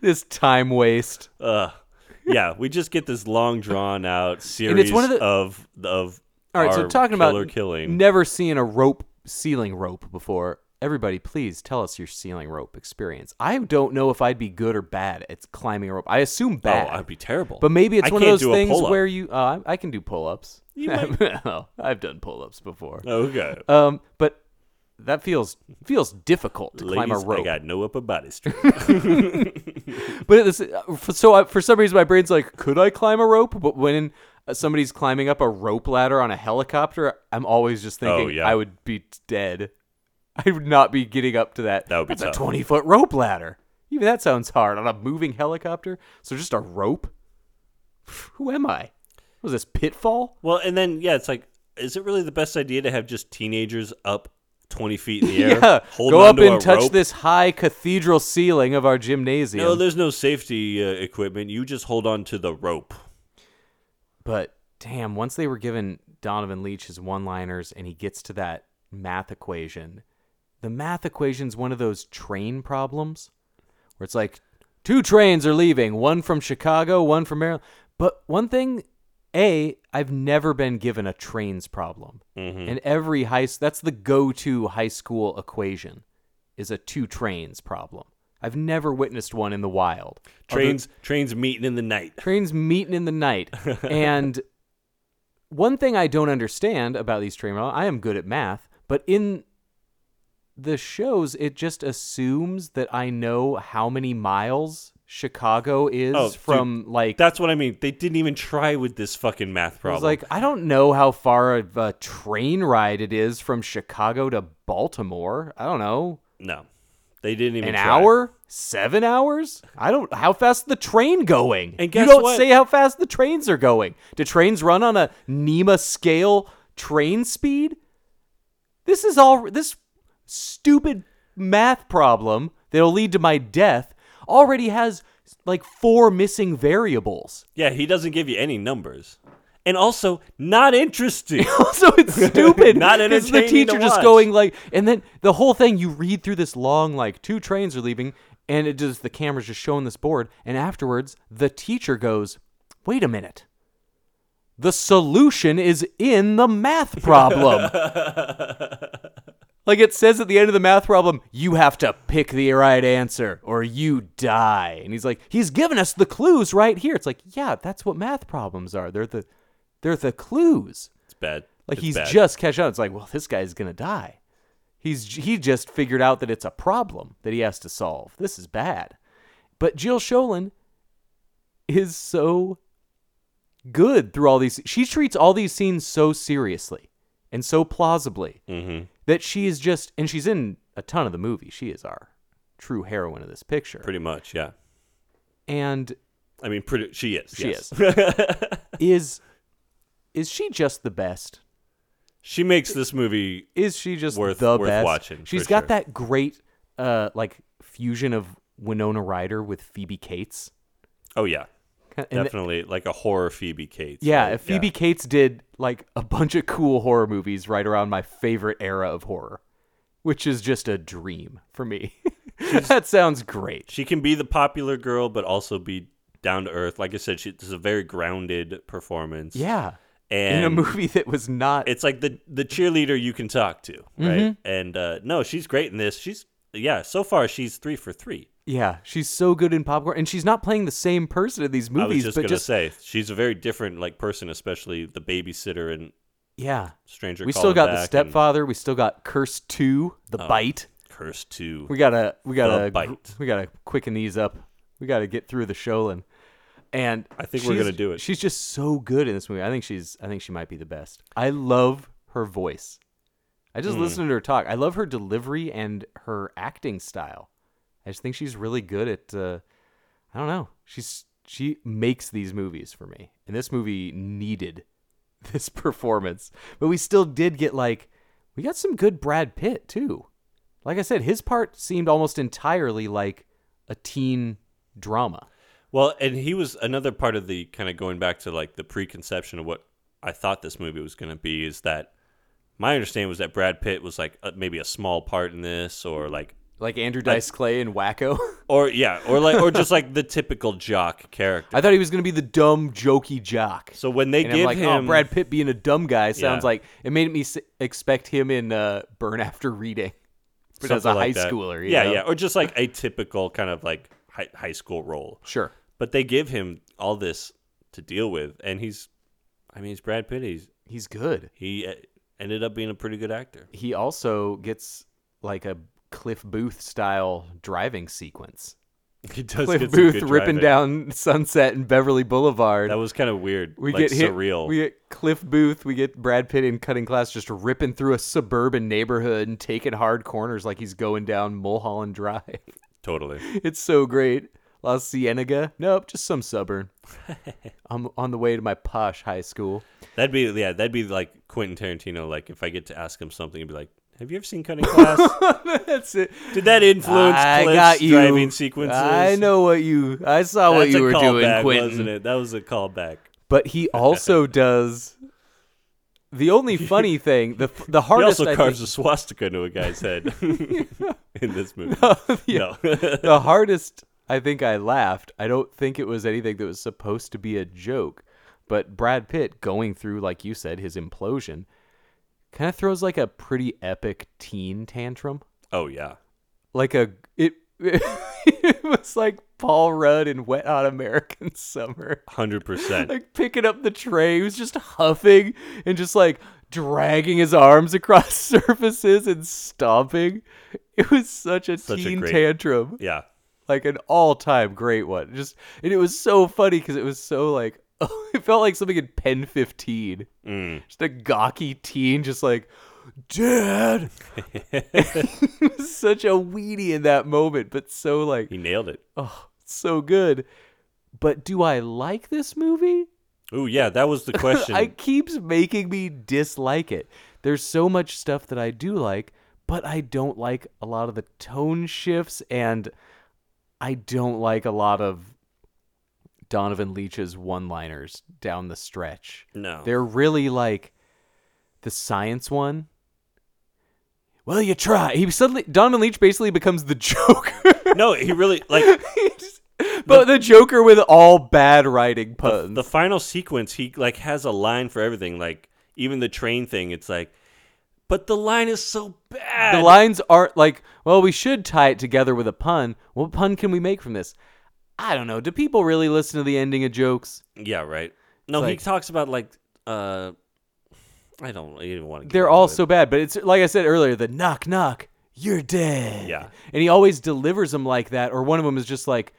Speaker 2: this time waste."
Speaker 1: Yeah, we just get this long drawn out series
Speaker 2: it's one of the-
Speaker 1: of of
Speaker 2: All right, so
Speaker 1: our
Speaker 2: talking
Speaker 1: killer
Speaker 2: about
Speaker 1: killing.
Speaker 2: never seeing a rope ceiling rope before. Everybody, please tell us your ceiling rope experience. I don't know if I'd be good or bad at climbing a rope. I assume
Speaker 1: oh,
Speaker 2: bad.
Speaker 1: I'd be terrible.
Speaker 2: But maybe it's
Speaker 1: I
Speaker 2: one of
Speaker 1: can't
Speaker 2: those
Speaker 1: do a
Speaker 2: things
Speaker 1: pull-up.
Speaker 2: where you. Uh, I I can do pull ups.
Speaker 1: You might-
Speaker 2: I've done pull ups before.
Speaker 1: okay,
Speaker 2: Um, but that feels feels difficult to climb a
Speaker 1: ladies,
Speaker 2: rope.
Speaker 1: I got no upper body strength.
Speaker 2: But it- this, for- so I, for some reason, my brain's like, could I climb a rope? But when uh, somebody's climbing up a rope ladder on a helicopter, I'm always just thinking
Speaker 1: Oh, yeah.
Speaker 2: I would be dead. I would not be getting up to that.
Speaker 1: That would be
Speaker 2: That's
Speaker 1: tough.
Speaker 2: a twenty foot rope ladder. Even that sounds hard on a moving helicopter. So just a rope. Who am I? Was this pitfall?
Speaker 1: Well, and then yeah, it's like, is it really the best idea to have just teenagers up twenty feet in the air?
Speaker 2: yeah.
Speaker 1: holding
Speaker 2: Go up
Speaker 1: onto a
Speaker 2: and touch
Speaker 1: rope?
Speaker 2: this high cathedral ceiling of our gymnasium.
Speaker 1: No, there's no safety uh, equipment. You just hold on to the rope.
Speaker 2: But damn, once they were given Donovan Leach his one liners and he gets to that math equation, the math equation's one of those train problems where it's like two trains are leaving, one from Chicago, one from Maryland. But one thing, A, I've never been given a trains problem. And every high s- that's the go to high school equation is a two trains problem. I've never witnessed one in the wild. Although-
Speaker 1: Trains, trains meeting in the night.
Speaker 2: trains meeting in the night. and one thing I don't understand about these train routes, I am good at math, but in the shows, it just assumes that I know how many miles Chicago is
Speaker 1: Oh, dude,
Speaker 2: from like.
Speaker 1: That's what I mean. They didn't even try with this fucking math
Speaker 2: I
Speaker 1: problem.
Speaker 2: was like, I don't know how far of a train ride it is from Chicago to Baltimore. I don't know.
Speaker 1: no, they didn't even
Speaker 2: An
Speaker 1: try.
Speaker 2: hour? Seven hours? I don't. How fast the train going?
Speaker 1: And
Speaker 2: you
Speaker 1: guess
Speaker 2: don't
Speaker 1: what?
Speaker 2: say how fast the trains are going. Do trains run on a NEMA scale train speed? This is all this stupid math problem that'll lead to my death. Already has like four missing variables.
Speaker 1: Yeah, he doesn't give you any numbers, and also not interesting.
Speaker 2: so it's stupid.
Speaker 1: Not
Speaker 2: 'cause The
Speaker 1: entertaining
Speaker 2: teacher
Speaker 1: to
Speaker 2: just
Speaker 1: watch.
Speaker 2: going like, and then the whole thing you read through this long like two trains are leaving, and it just the camera's just showing this board, and afterwards the teacher goes, "Wait a minute, the solution is in the math problem." Like it says at the end of the math problem, you have to pick the right answer or you die. And he's like, he's giving us the clues right here. It's like, yeah, that's what math problems are. They're the they're the clues.
Speaker 1: it's bad.
Speaker 2: Like
Speaker 1: It's
Speaker 2: he's
Speaker 1: bad.
Speaker 2: just catching on. It's like, well, this guy's gonna die. He's he just figured out that it's a problem that he has to solve. This is bad. But Jill Sholin is so good through all these. She treats all these scenes so seriously and so plausibly
Speaker 1: Mm-hmm.
Speaker 2: that she is just, and she's in a ton of the movie. She is our true heroine of this picture.
Speaker 1: pretty much. Yeah,
Speaker 2: and
Speaker 1: I mean, pretty. She is.
Speaker 2: She
Speaker 1: yes.
Speaker 2: is is she just the best?
Speaker 1: she makes this movie.
Speaker 2: is she just
Speaker 1: Worth-
Speaker 2: the
Speaker 1: worth
Speaker 2: best?
Speaker 1: watching, for
Speaker 2: She's got
Speaker 1: sure.
Speaker 2: that great uh like fusion of Winona Ryder with Phoebe Cates.
Speaker 1: Oh yeah,
Speaker 2: And th-
Speaker 1: definitely like a horror Phoebe Cates.
Speaker 2: yeah,
Speaker 1: right?
Speaker 2: if Phoebe Cates did like a bunch of cool horror movies right around my favorite era of horror, which is just a dream for me. that sounds great.
Speaker 1: she can be the popular girl, but also be down to earth. Like I said, she, this is a very grounded performance.
Speaker 2: Yeah.
Speaker 1: and
Speaker 2: in a movie that was not
Speaker 1: it's like the the cheerleader you can talk to, right?
Speaker 2: Mm-hmm.
Speaker 1: And uh, no, she's great in this. She's yeah. So far, she's three for three.
Speaker 2: Yeah, she's so good in popcorn and she's not playing the same person in these
Speaker 1: I was
Speaker 2: movies,
Speaker 1: just
Speaker 2: but
Speaker 1: gonna
Speaker 2: just
Speaker 1: say she's a very different like person, especially the babysitter and
Speaker 2: yeah.
Speaker 1: Stranger.
Speaker 2: We
Speaker 1: Calling
Speaker 2: still got
Speaker 1: Back
Speaker 2: the
Speaker 1: and Oh.
Speaker 2: stepfather, we still got Curse 2, The Bite.
Speaker 1: Curse two.
Speaker 2: We gotta we gotta
Speaker 1: bite.
Speaker 2: we gotta quicken these up. We gotta get through the Sholin. And
Speaker 1: I think we're
Speaker 2: she's-
Speaker 1: gonna do it.
Speaker 2: She's just so good in this movie. I think she's I think she might be the best. I love her voice. I
Speaker 1: Hmm.
Speaker 2: just listen to her talk. I love her delivery and her acting style. I just think she's really good at uh, I don't know. She's she makes these movies for me. And this movie needed this performance. But we still did get like we got some good Brad Pitt too. Like I said, his part seemed almost entirely like a teen drama.
Speaker 1: Well, and he was another part of the kind of going back to like the preconception of what I thought this movie was going to be is that my understanding was that Brad Pitt was like uh, maybe a small part in this or like
Speaker 2: Like Andrew Dice Clay in Wacko.
Speaker 1: or yeah, or like or just like the typical jock character.
Speaker 2: I thought he was gonna be the dumb, jokey jock.
Speaker 1: so when they
Speaker 2: and
Speaker 1: give
Speaker 2: I'm like,
Speaker 1: him
Speaker 2: oh, Brad Pitt being a dumb guy sounds
Speaker 1: Yeah.
Speaker 2: like it made me s- expect him in uh, Burn After Reading, but as
Speaker 1: something
Speaker 2: a
Speaker 1: like
Speaker 2: high
Speaker 1: that.
Speaker 2: schooler. you
Speaker 1: yeah,
Speaker 2: know?
Speaker 1: yeah, or just like a typical kind of like high, high school role.
Speaker 2: sure.
Speaker 1: But they give him all this to deal with, and he's, I mean, he's Brad Pitt. He's
Speaker 2: He's good.
Speaker 1: he uh, ended up being a pretty good actor.
Speaker 2: He also gets like a Cliff Booth style driving sequence
Speaker 1: He does
Speaker 2: Cliff
Speaker 1: get some
Speaker 2: Booth
Speaker 1: good
Speaker 2: ripping
Speaker 1: driving.
Speaker 2: down Sunset and Beverly Boulevard.
Speaker 1: That was kind of weird.
Speaker 2: we
Speaker 1: like
Speaker 2: get hit,
Speaker 1: surreal.
Speaker 2: We get Cliff Booth. We get Brad Pitt in Cutting Class just ripping through a suburban neighborhood and taking hard corners like he's going down Mulholland Drive.
Speaker 1: Totally.
Speaker 2: It's so great. La Cienega? Nope, just some suburb. I'm on the way to my posh high school.
Speaker 1: That'd be yeah. That'd be like Quentin Tarantino. Like if I get to ask him something, he'd be like, "Have you ever seen Cutting Class?
Speaker 2: That's it.
Speaker 1: Did that influence
Speaker 2: I
Speaker 1: Cliff's
Speaker 2: got you.
Speaker 1: driving sequences?
Speaker 2: I know what you. I saw
Speaker 1: That's
Speaker 2: what you
Speaker 1: a
Speaker 2: were doing,
Speaker 1: callback,
Speaker 2: Quentin.
Speaker 1: wasn't it? That was a callback.
Speaker 2: But he also does. The only funny thing, the the
Speaker 1: He
Speaker 2: hardest
Speaker 1: also
Speaker 2: I
Speaker 1: carves
Speaker 2: think-
Speaker 1: a swastika into a guy's head in this movie.
Speaker 2: Oh, yeah.
Speaker 1: No.
Speaker 2: the hardest I think I laughed. I don't think it was anything that was supposed to be a joke, but Brad Pitt going through like you said his implosion kind of throws like a pretty epic teen tantrum.
Speaker 1: oh yeah.
Speaker 2: Like a it it was like Paul Rudd in Wet Hot American Summer.
Speaker 1: Hundred percent.
Speaker 2: Like picking up the tray, he was just huffing and just like dragging his arms across surfaces and stomping. It was such a
Speaker 1: Such a
Speaker 2: teen
Speaker 1: great-
Speaker 2: tantrum
Speaker 1: Yeah.
Speaker 2: like an all-time great one. Just and it was so funny because it was so like it felt like something in Pen Fifteen.
Speaker 1: Mm.
Speaker 2: Just a gawky teen, just like Dad. It was such a weenie in that moment, but so like oh,
Speaker 1: He nailed it.
Speaker 2: so good. But do I like this movie?
Speaker 1: Oh yeah, that was the question.
Speaker 2: It keeps making me dislike it. There's so much stuff that I do like, but I don't like a lot of the tone shifts, and I don't like a lot of Donovan Leach's one liners down the stretch.
Speaker 1: No.
Speaker 2: They're really like the science one. Well, you try. He suddenly Donovan Leach basically becomes the Joker.
Speaker 1: no, he really like
Speaker 2: but the Joker with all bad writing puns.
Speaker 1: the final sequence he like has a line for everything like even the train thing it's like but the line is so bad
Speaker 2: the lines aren't like, well, we should tie it together with a pun. What pun can we make from this? I don't know. Do people really listen to the ending of jokes?
Speaker 1: yeah right no
Speaker 2: It's
Speaker 1: he
Speaker 2: like-
Speaker 1: talks about like uh i don't even want to
Speaker 2: They're all so bad, but it's like I said earlier, the knock knock, you're dead.
Speaker 1: Yeah.
Speaker 2: And he always delivers them like that, or one of them is just like,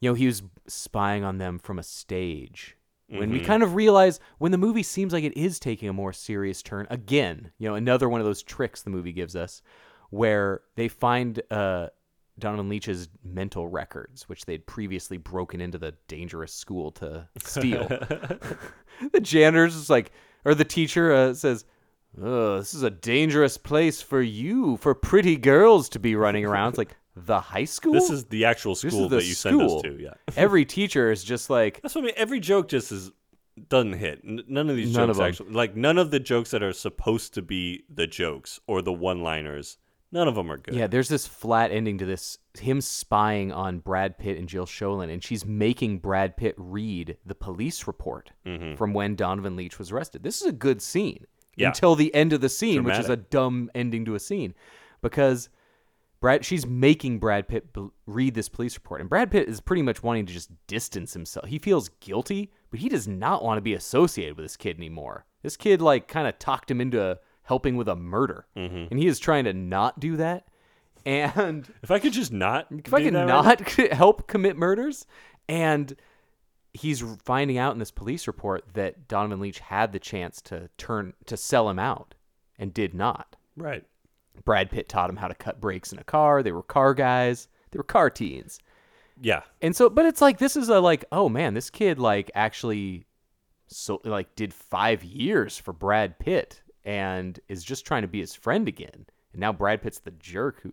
Speaker 2: you know, he was spying on them from a stage. When we kind of realize when the movie seems like it is taking a more serious turn, again, you know, another one of those tricks the movie gives us where they find uh, Donovan Leach's mental records, which they'd previously broken into the dangerous school to steal. the janitor's just like, or the teacher uh, says, Ugh, this is a dangerous place for you, for pretty girls to be running around. It's like, the high school?
Speaker 1: this is the actual school that you
Speaker 2: school.
Speaker 1: send us to yeah
Speaker 2: Every teacher is just like,
Speaker 1: that's what i mean every joke just is doesn't hit N- none of these
Speaker 2: None
Speaker 1: jokes
Speaker 2: of 'em.
Speaker 1: actually like none of the jokes that are supposed to be the jokes or the one liners none of them are good
Speaker 2: yeah, there's this flat ending to this him spying on Brad Pitt and Jill Sholin, and she's making Brad Pitt read the police report from when Donovan Leach was arrested. This is a good scene
Speaker 1: Mm-hmm. Yeah.
Speaker 2: until the end of the scene, which is a
Speaker 1: Dramatic.
Speaker 2: dumb ending to a scene because Brad she's making Brad Pitt bel read this police report, and Brad Pitt is pretty much wanting to just distance himself. He feels guilty, but he does not want to be associated with this kid anymore. This kid like kind of talked him into helping with a murder,
Speaker 1: Mm-hmm.
Speaker 2: and he is trying to not do that. And
Speaker 1: if i could just not
Speaker 2: if I
Speaker 1: do
Speaker 2: could
Speaker 1: that right now-
Speaker 2: not help commit murders, and he's finding out in this police report that Donovan Leach had the chance to turn to sell him out and did not.
Speaker 1: right
Speaker 2: Brad Pitt taught him how to cut brakes in a car. They were car guys. They were car teens.
Speaker 1: yeah
Speaker 2: And so, but it's like this is a like, oh man, this kid like actually, so like did five years for Brad Pitt and is just trying to be his friend again. And now Brad Pitt's the jerk who.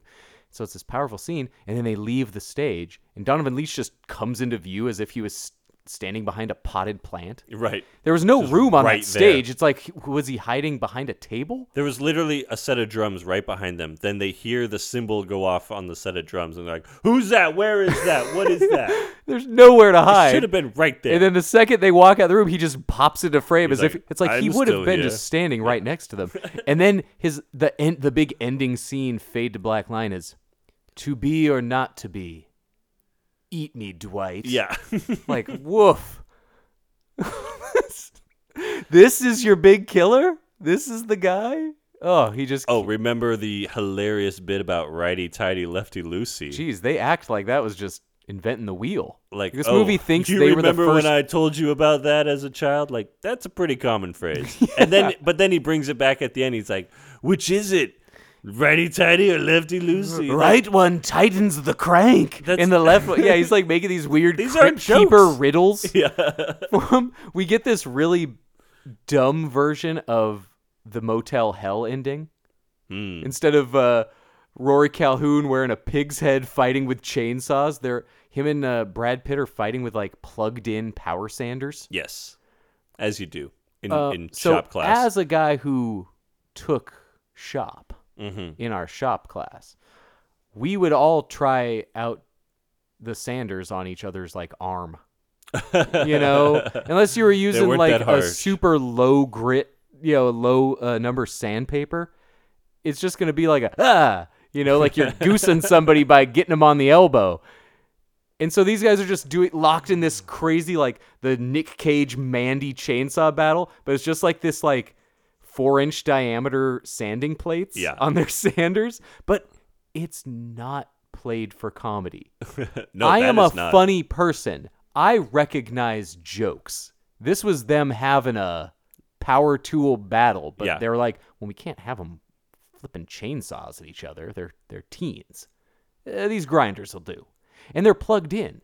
Speaker 2: So it's this powerful scene, and then they leave the stage, and Donovan Leach just comes into view as if he was standing behind a potted plant.
Speaker 1: right
Speaker 2: There was no
Speaker 1: Just
Speaker 2: room on
Speaker 1: right
Speaker 2: that
Speaker 1: there.
Speaker 2: stage. It's like, was he hiding behind a table?
Speaker 1: There was literally a set of drums right behind them. Then they hear the cymbal go off on the set of drums, and they're like, "Who's that? Where is that? What is that?"
Speaker 2: There's nowhere to hide.
Speaker 1: Should have been right there.
Speaker 2: And then the second they walk out of the room, he just pops into frame as if
Speaker 1: like,
Speaker 2: it's like he
Speaker 1: "I'm
Speaker 2: would have
Speaker 1: still
Speaker 2: been
Speaker 1: here."
Speaker 2: just standing right next to them. and then his the end the big ending scene fade to black line is to be or not to be. Eat me, Dwight.
Speaker 1: yeah,
Speaker 2: Like woof. this is your big killer? This is the guy? Oh, he just
Speaker 1: Oh, remember the hilarious bit about righty tighty, lefty loosey?
Speaker 2: Jeez, they act like that was just inventing the wheel.
Speaker 1: Like
Speaker 2: this
Speaker 1: "Oh,
Speaker 2: movie thinks
Speaker 1: you
Speaker 2: they were the
Speaker 1: remember
Speaker 2: first.
Speaker 1: when I told you about that as a child. Like that's a pretty common phrase. And then, but then he brings it back at the end. He's like, "Which is it, righty tighty or lefty loosey?" Like,
Speaker 2: Right one tightens the crank
Speaker 1: That's-
Speaker 2: in the left one. Yeah, he's like making these weird
Speaker 1: These
Speaker 2: crypt
Speaker 1: aren't jokes.
Speaker 2: keeper riddles
Speaker 1: yeah.
Speaker 2: for him. We get this really dumb version of the Motel Hell ending.
Speaker 1: Hmm.
Speaker 2: Instead of uh, Rory Calhoun wearing a pig's head fighting with chainsaws, they're him and uh, Brad Pitt are fighting with like plugged-in power sanders.
Speaker 1: Yes, as you do in,
Speaker 2: Uh,
Speaker 1: in
Speaker 2: so
Speaker 1: shop class.
Speaker 2: As a guy who took shop
Speaker 1: hmm
Speaker 2: in our shop class, we would all try out the sanders on each other's like arm. You know, unless you were using
Speaker 1: weren't
Speaker 2: like
Speaker 1: that
Speaker 2: a
Speaker 1: harsh.
Speaker 2: super low grit, you know, low uh, number sandpaper, it's just gonna be like a ah, you know, like you're goosing somebody by getting them on the elbow. And so these guys are just doing locked in this crazy like the Nick Cage Mandy chainsaw battle, but it's just like this like four inch diameter sanding plates
Speaker 1: Yeah.
Speaker 2: on their sanders. But it's not played for comedy.
Speaker 1: No,
Speaker 2: I
Speaker 1: that
Speaker 2: am
Speaker 1: is
Speaker 2: a
Speaker 1: not.
Speaker 2: funny person. I recognize jokes. This was them having a power tool battle, but
Speaker 1: Yeah.
Speaker 2: they're like, well, we can't have them flipping chainsaws at each other. They're they're teens. Eh, these grinders will do, and they're plugged in,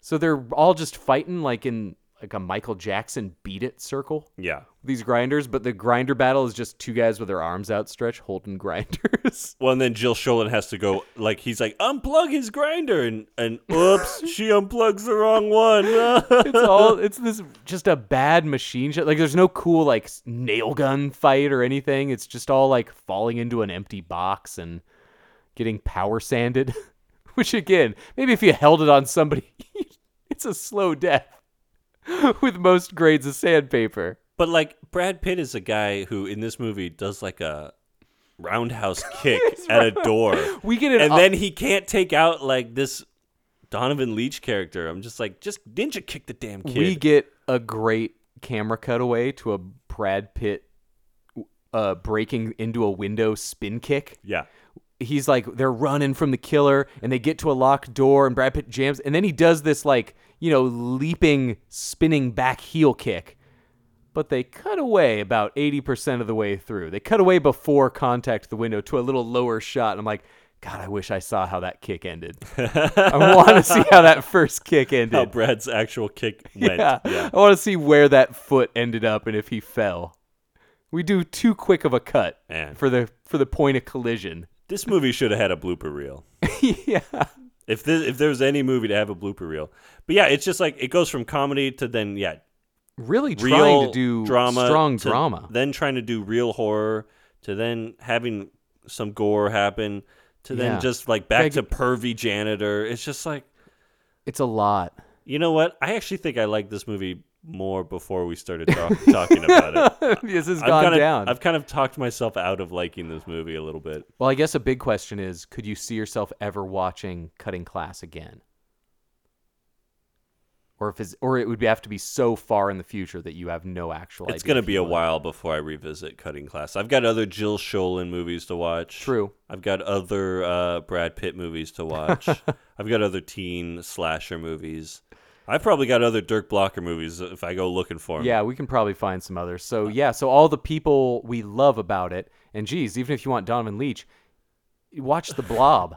Speaker 2: so they're all just fighting like in like a Michael Jackson beat it circle.
Speaker 1: Yeah.
Speaker 2: These grinders, but the grinder battle is just two guys with their arms outstretched holding grinders.
Speaker 1: Well, and then Jill Sholin has to go. Like he's like, unplug his grinder, and and oops, she unplugs the wrong one.
Speaker 2: it's all it's this just a bad machine shot. Like there's no cool like s- nail gun fight or anything. It's just all like falling into an empty box and getting power sanded. Which again, maybe if you held it on somebody, it's a slow death with most grades of sandpaper.
Speaker 1: But like Brad Pitt is a guy who in this movie does like a roundhouse kick at a door.
Speaker 2: We get an
Speaker 1: and
Speaker 2: o-
Speaker 1: then he can't take out like this Donovan Leach character. I'm just like, just ninja kick the damn kid.
Speaker 2: we get a great camera cutaway to a Brad Pitt uh, breaking into a window spin kick.
Speaker 1: yeah.
Speaker 2: he's like they're running from the killer and they get to a locked door and Brad Pitt jams and then he does this like you know leaping spinning back heel kick but they cut away about 80% of the way through they cut away before contact with the window to a little lower shot and I'm like god I wish I saw how that kick ended I want to see how that first kick ended
Speaker 1: How Brad's actual kick went.
Speaker 2: yeah.
Speaker 1: Yeah.
Speaker 2: I want to see where that foot ended up and if he fell we do too quick of a cut
Speaker 1: Man.
Speaker 2: for the for the point of collision
Speaker 1: This movie should have had a blooper reel.
Speaker 2: yeah
Speaker 1: If this, if there was any movie to have a blooper reel. But yeah, it's just like it goes from comedy to then yeah,
Speaker 2: really
Speaker 1: real
Speaker 2: trying to do
Speaker 1: drama
Speaker 2: strong
Speaker 1: to
Speaker 2: drama.
Speaker 1: Then trying to do real horror to then having some gore happen to then
Speaker 2: Yeah.
Speaker 1: just like back
Speaker 2: Beg-
Speaker 1: to pervy janitor. It's just like
Speaker 2: It's a lot.
Speaker 1: You know what? I actually think I liked this movie more before we started talk- talking about it.
Speaker 2: this has
Speaker 1: I've
Speaker 2: gone
Speaker 1: kind of,
Speaker 2: down.
Speaker 1: I've kind of talked myself out of liking this movie a little bit.
Speaker 2: well, I guess a big question is, could you see yourself ever watching Cutting Class again? Or if it's, or it would have to be so far in the future that you have no actual.
Speaker 1: it's
Speaker 2: idea
Speaker 1: going to
Speaker 2: if
Speaker 1: be
Speaker 2: you
Speaker 1: a
Speaker 2: would.
Speaker 1: while before I revisit Cutting Class. I've got other Jill Sholin movies to watch.
Speaker 2: True.
Speaker 1: I've got other uh, Brad Pitt movies to watch. I've got other teen slasher movies. I've probably got other Dirk Blocker movies if I go looking for them.
Speaker 2: Yeah, we can probably find some others.
Speaker 1: Uh,
Speaker 2: So yeah, so all the people we love about it, and geez, even if you want Donovan Leach, watch The Blob.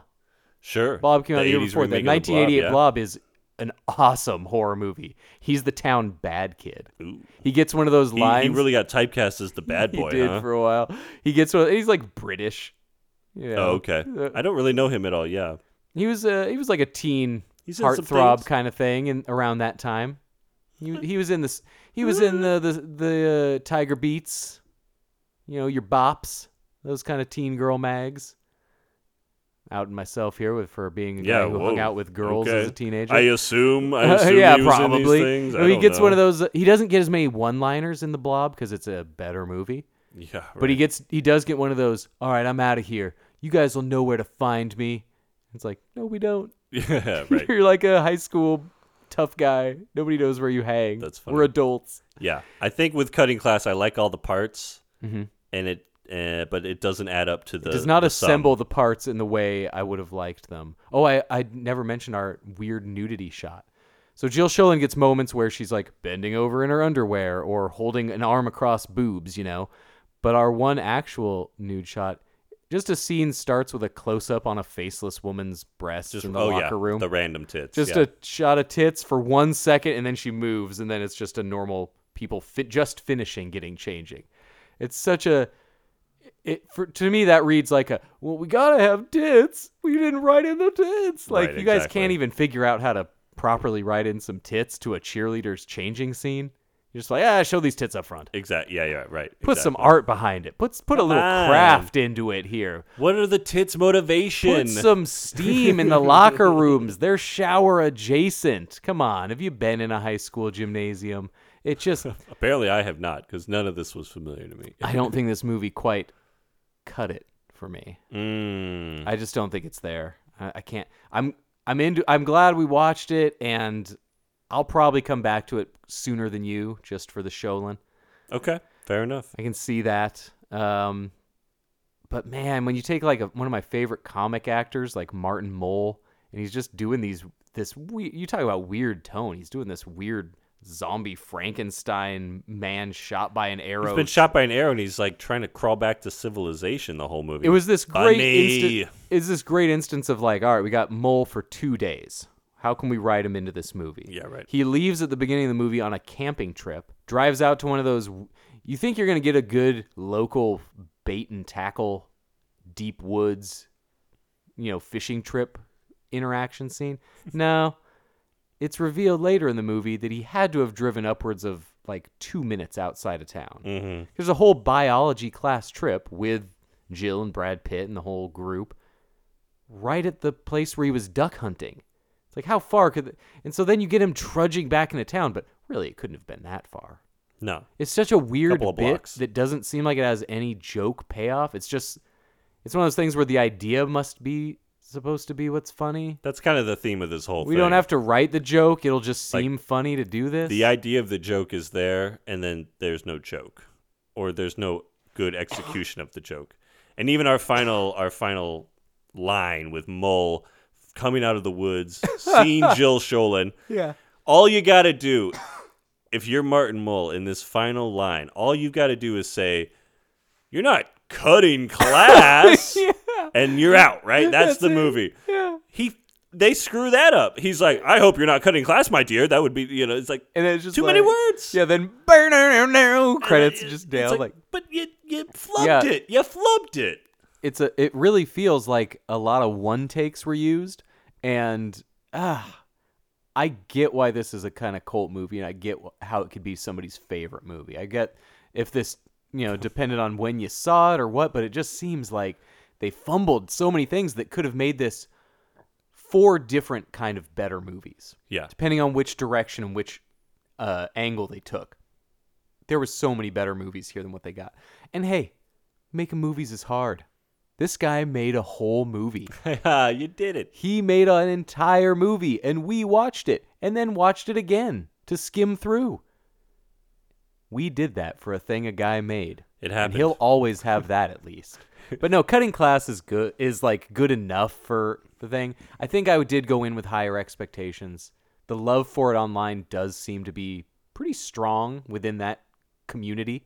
Speaker 1: Sure.
Speaker 2: Blob came out the, year
Speaker 1: 80s
Speaker 2: before. The
Speaker 1: remake of
Speaker 2: 1988
Speaker 1: yeah.
Speaker 2: Blob, is an awesome horror movie. He's the town bad kid. He gets one of those
Speaker 1: He-
Speaker 2: lines.
Speaker 1: He, really got typecast as the bad boy.
Speaker 2: he did
Speaker 1: huh?
Speaker 2: for a while. He gets one. He's like British. Yeah.
Speaker 1: Oh, okay. I don't really know him at all. Yeah.
Speaker 2: He was a he was like a teen
Speaker 1: He's in some
Speaker 2: heartthrob
Speaker 1: things.
Speaker 2: kind of thing, and around that time, he he was in this. He was in the the the uh, Tiger Beats, you know, your bops, those kind of teen girl mags. Outing myself here with for being a guy who hung
Speaker 1: whoa.
Speaker 2: out with girls
Speaker 1: Okay.
Speaker 2: as a teenager.
Speaker 1: I assume. I
Speaker 2: Uh,
Speaker 1: assume
Speaker 2: yeah,
Speaker 1: he was in these
Speaker 2: probably.
Speaker 1: things. I
Speaker 2: No, he
Speaker 1: don't
Speaker 2: gets one of
Speaker 1: know.
Speaker 2: those. He doesn't get as many one-liners in the Blob because it's a better movie.
Speaker 1: Yeah, right.
Speaker 2: But he gets, he does get one of those. All right, I'm out of here. You guys will know where to find me. It's like, no, we don't.
Speaker 1: yeah, right.
Speaker 2: You're like a high school tough guy. Nobody knows where you hang.
Speaker 1: That's
Speaker 2: We're
Speaker 1: funny.
Speaker 2: adults.
Speaker 1: Yeah, I think with cutting class, I like all the parts, and it uh, but it doesn't add up to the.
Speaker 2: Mm-hmm. does not
Speaker 1: the sum.
Speaker 2: assemble the parts in the way I would have liked them. Oh, I, I never mentioned our weird nudity shot. So Jill Schillen gets moments where she's like bending over in her underwear or holding an arm across boobs, you know. But our one actual nude shot, just a scene starts with a close up on a faceless woman's breasts
Speaker 1: Just
Speaker 2: in the
Speaker 1: oh
Speaker 2: locker
Speaker 1: yeah,
Speaker 2: room.
Speaker 1: the random tits.
Speaker 2: just
Speaker 1: yeah.
Speaker 2: a shot of tits for one second and then she moves and then it's just a normal people fit just finishing getting changing it's such a it for to me that reads like a well we gotta have tits we didn't write in the tits like
Speaker 1: Right,
Speaker 2: you guys
Speaker 1: exactly.
Speaker 2: can't even figure out how to properly write in some tits to a cheerleader's changing scene you're just like ah show these tits up front
Speaker 1: exact. Yeah, yeah, right.
Speaker 2: put some
Speaker 1: exactly.
Speaker 2: art behind it put put a little
Speaker 1: on.
Speaker 2: craft into it here
Speaker 1: What are the tits motivation?
Speaker 2: Put some steam in the locker rooms. They're shower adjacent. Come on, have you been in a high school gymnasium? It just
Speaker 1: Apparently, I have not because none of this was familiar to me.
Speaker 2: I don't think this movie quite cut it for me.
Speaker 1: Mm,
Speaker 2: I just don't think it's there. I, I can't I'm I'm into I'm glad we watched it and I'll probably come back to it sooner than you just for the Sholin.
Speaker 1: okay, fair enough.
Speaker 2: I can see that. Um, but man, when you take like a, one of my favorite comic actors, like Martin Mole, and he's just doing these this we, you talk about weird tone. He's doing this weird zombie Frankenstein man shot by an arrow.
Speaker 1: He's been shot by an arrow, and he's like trying to crawl back to civilization the whole movie.
Speaker 2: it was this great
Speaker 1: Funny.
Speaker 2: insta- is this great instance of like, all right, we got Mole for two days. How can we ride him into this movie?
Speaker 1: Yeah, right.
Speaker 2: He leaves at the beginning of the movie on a camping trip, drives out to one of those. You think you're going to get a good local bait and tackle, deep woods, you know, fishing trip interaction scene? No. It's revealed later in the movie that he had to have driven upwards of like two minutes outside of town. Mm-hmm. There's a whole biology class trip with Jill and Brad Pitt and the whole group right at the place where he was duck hunting. It's like how far could? The... And so then you get him trudging back into town, but really it couldn't have been that far.
Speaker 1: no.
Speaker 2: It's such a weird
Speaker 1: Couple of
Speaker 2: bit
Speaker 1: blocks.
Speaker 2: that doesn't seem like it has any joke payoff. It's just it's one of those things where the idea must be supposed to be what's funny.
Speaker 1: That's kind of the theme of this whole.
Speaker 2: We don't
Speaker 1: thing.
Speaker 2: have to write the joke; it'll just
Speaker 1: Like,
Speaker 2: seem funny to do this.
Speaker 1: The idea of the joke is there, and then there's no joke, or there's no good execution of the joke. And even our final, our final line with Mole coming out of the woods, seeing Jill Sholin.
Speaker 2: yeah,
Speaker 1: All you got to do, if you're Martin Mull in this final line, all you got to do is say, "You're not cutting class," and you're out. Right? That's, the movie. Yeah. He. They screw that up. He's like, I hope you're not cutting class, my dear. That would be, you know, it's like
Speaker 2: and it's just
Speaker 1: too many
Speaker 2: like-
Speaker 1: words.
Speaker 2: Yeah, then now credits
Speaker 1: It's
Speaker 2: just down. like
Speaker 1: but you you flubbed
Speaker 2: Yeah.
Speaker 1: it. You flubbed it.
Speaker 2: it's a it really feels like a lot of one takes were used and ah I get why this is a kind of cult movie and I get wh- how it could be somebody's favorite movie. I get if this, you know, depended on when you saw it or what, but it just seems like they fumbled so many things that could have made this four different kind of better movies
Speaker 1: Yeah.
Speaker 2: depending on which direction and which uh, angle they took. There was so many better movies here than what they got. And hey, making movies is hard. This guy made a whole movie.
Speaker 1: you did it.
Speaker 2: He made an entire movie, and we watched it, and then watched it again to skim through. We did that for a thing a guy made.
Speaker 1: It
Speaker 2: And
Speaker 1: happened.
Speaker 2: he'll always have that at least. But no, cutting class is good is like good enough for the thing. I think I did go in with higher expectations. The love for it online does seem to be pretty strong within that community.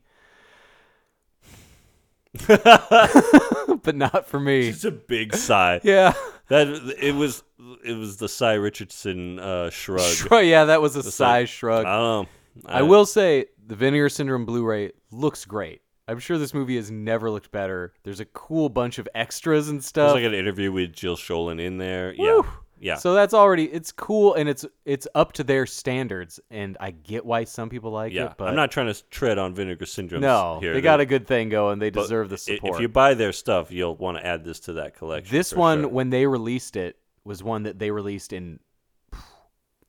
Speaker 2: but not for me.
Speaker 1: It's a big sigh.
Speaker 2: Yeah.
Speaker 1: That it was it was the Cy Richardson uh, shrug.
Speaker 2: Sure, yeah, that was a
Speaker 1: It's Uh,
Speaker 2: sigh
Speaker 1: like,
Speaker 2: shrug.
Speaker 1: I don't know.
Speaker 2: I will say the Vinegar Syndrome Blu-ray looks great. I'm sure this movie has never looked better. There's a cool bunch of extras and
Speaker 1: There's
Speaker 2: stuff.
Speaker 1: like an interview with Jill Sholin in there.
Speaker 2: Woo!
Speaker 1: Yeah. Yeah.
Speaker 2: So that's already it's cool and it's it's up to their standards and I get why some people like
Speaker 1: yeah.
Speaker 2: it, but
Speaker 1: I'm not trying to tread on vinegar syndrome.
Speaker 2: no,
Speaker 1: here.
Speaker 2: they got a
Speaker 1: They're-
Speaker 2: good thing going. They
Speaker 1: but
Speaker 2: deserve the
Speaker 1: i-
Speaker 2: support.
Speaker 1: If you buy their stuff, you'll want to add this to that collection.
Speaker 2: this
Speaker 1: for
Speaker 2: one
Speaker 1: sure.
Speaker 2: when they released it was one that they released in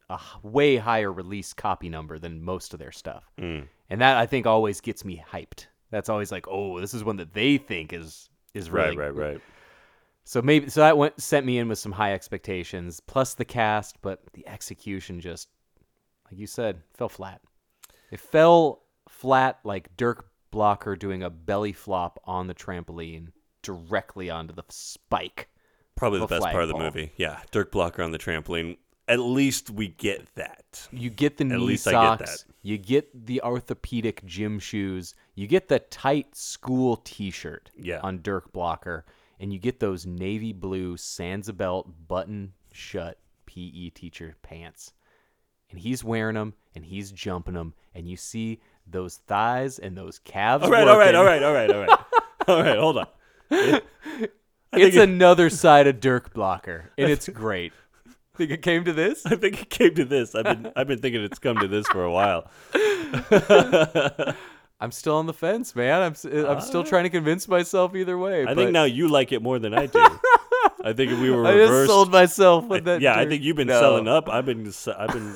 Speaker 2: a h- way higher release copy number than most of their stuff.
Speaker 1: Mm.
Speaker 2: And that I think always gets me hyped. That's always like, "Oh, this is one that they think is is really
Speaker 1: right, right, right.
Speaker 2: So maybe so that went sent me in with some high expectations, plus the cast, but the execution just, like you said, fell flat. It fell flat like Dirk blocker doing a belly flop on the trampoline directly onto the spike.
Speaker 1: Probably the
Speaker 2: of a
Speaker 1: best part of the
Speaker 2: flagpole.
Speaker 1: movie. Yeah, Dirk Blocker on the trampoline. At least we get that.
Speaker 2: You get the
Speaker 1: At
Speaker 2: knee
Speaker 1: least I
Speaker 2: socks.
Speaker 1: get
Speaker 2: You get the orthopedic gym shoes. You get the tight school T-shirt
Speaker 1: Yeah.
Speaker 2: on Dirk Blocker, and you get those navy blue Sansa belt button shut PE teacher pants. And he's wearing them, and he's jumping them, and you see those thighs and those calves.
Speaker 1: All right, all right,
Speaker 2: working.
Speaker 1: all right, all right, all right, all right. Hold on. think
Speaker 2: It's
Speaker 1: it-
Speaker 2: another side of Dirk Blocker, and it's great. Think it came to this?
Speaker 1: I think it came to this. I've been I've been thinking it's come to this for a while.
Speaker 2: I'm still on the fence, man. I'm s- I'm still trying to convince myself either way.
Speaker 1: Uh. I
Speaker 2: but-
Speaker 1: think now you like it more than I do. I think if we were
Speaker 2: I just
Speaker 1: reversed,
Speaker 2: sold myself with that.
Speaker 1: yeah, I
Speaker 2: dirt.
Speaker 1: think you've been
Speaker 2: No.
Speaker 1: selling up. I've been s- I've been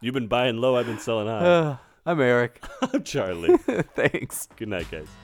Speaker 1: you've been buying low. I've been selling high.
Speaker 2: Uh, I'm Eric.
Speaker 1: I'm Charlie.
Speaker 2: Thanks.
Speaker 1: Good night, guys.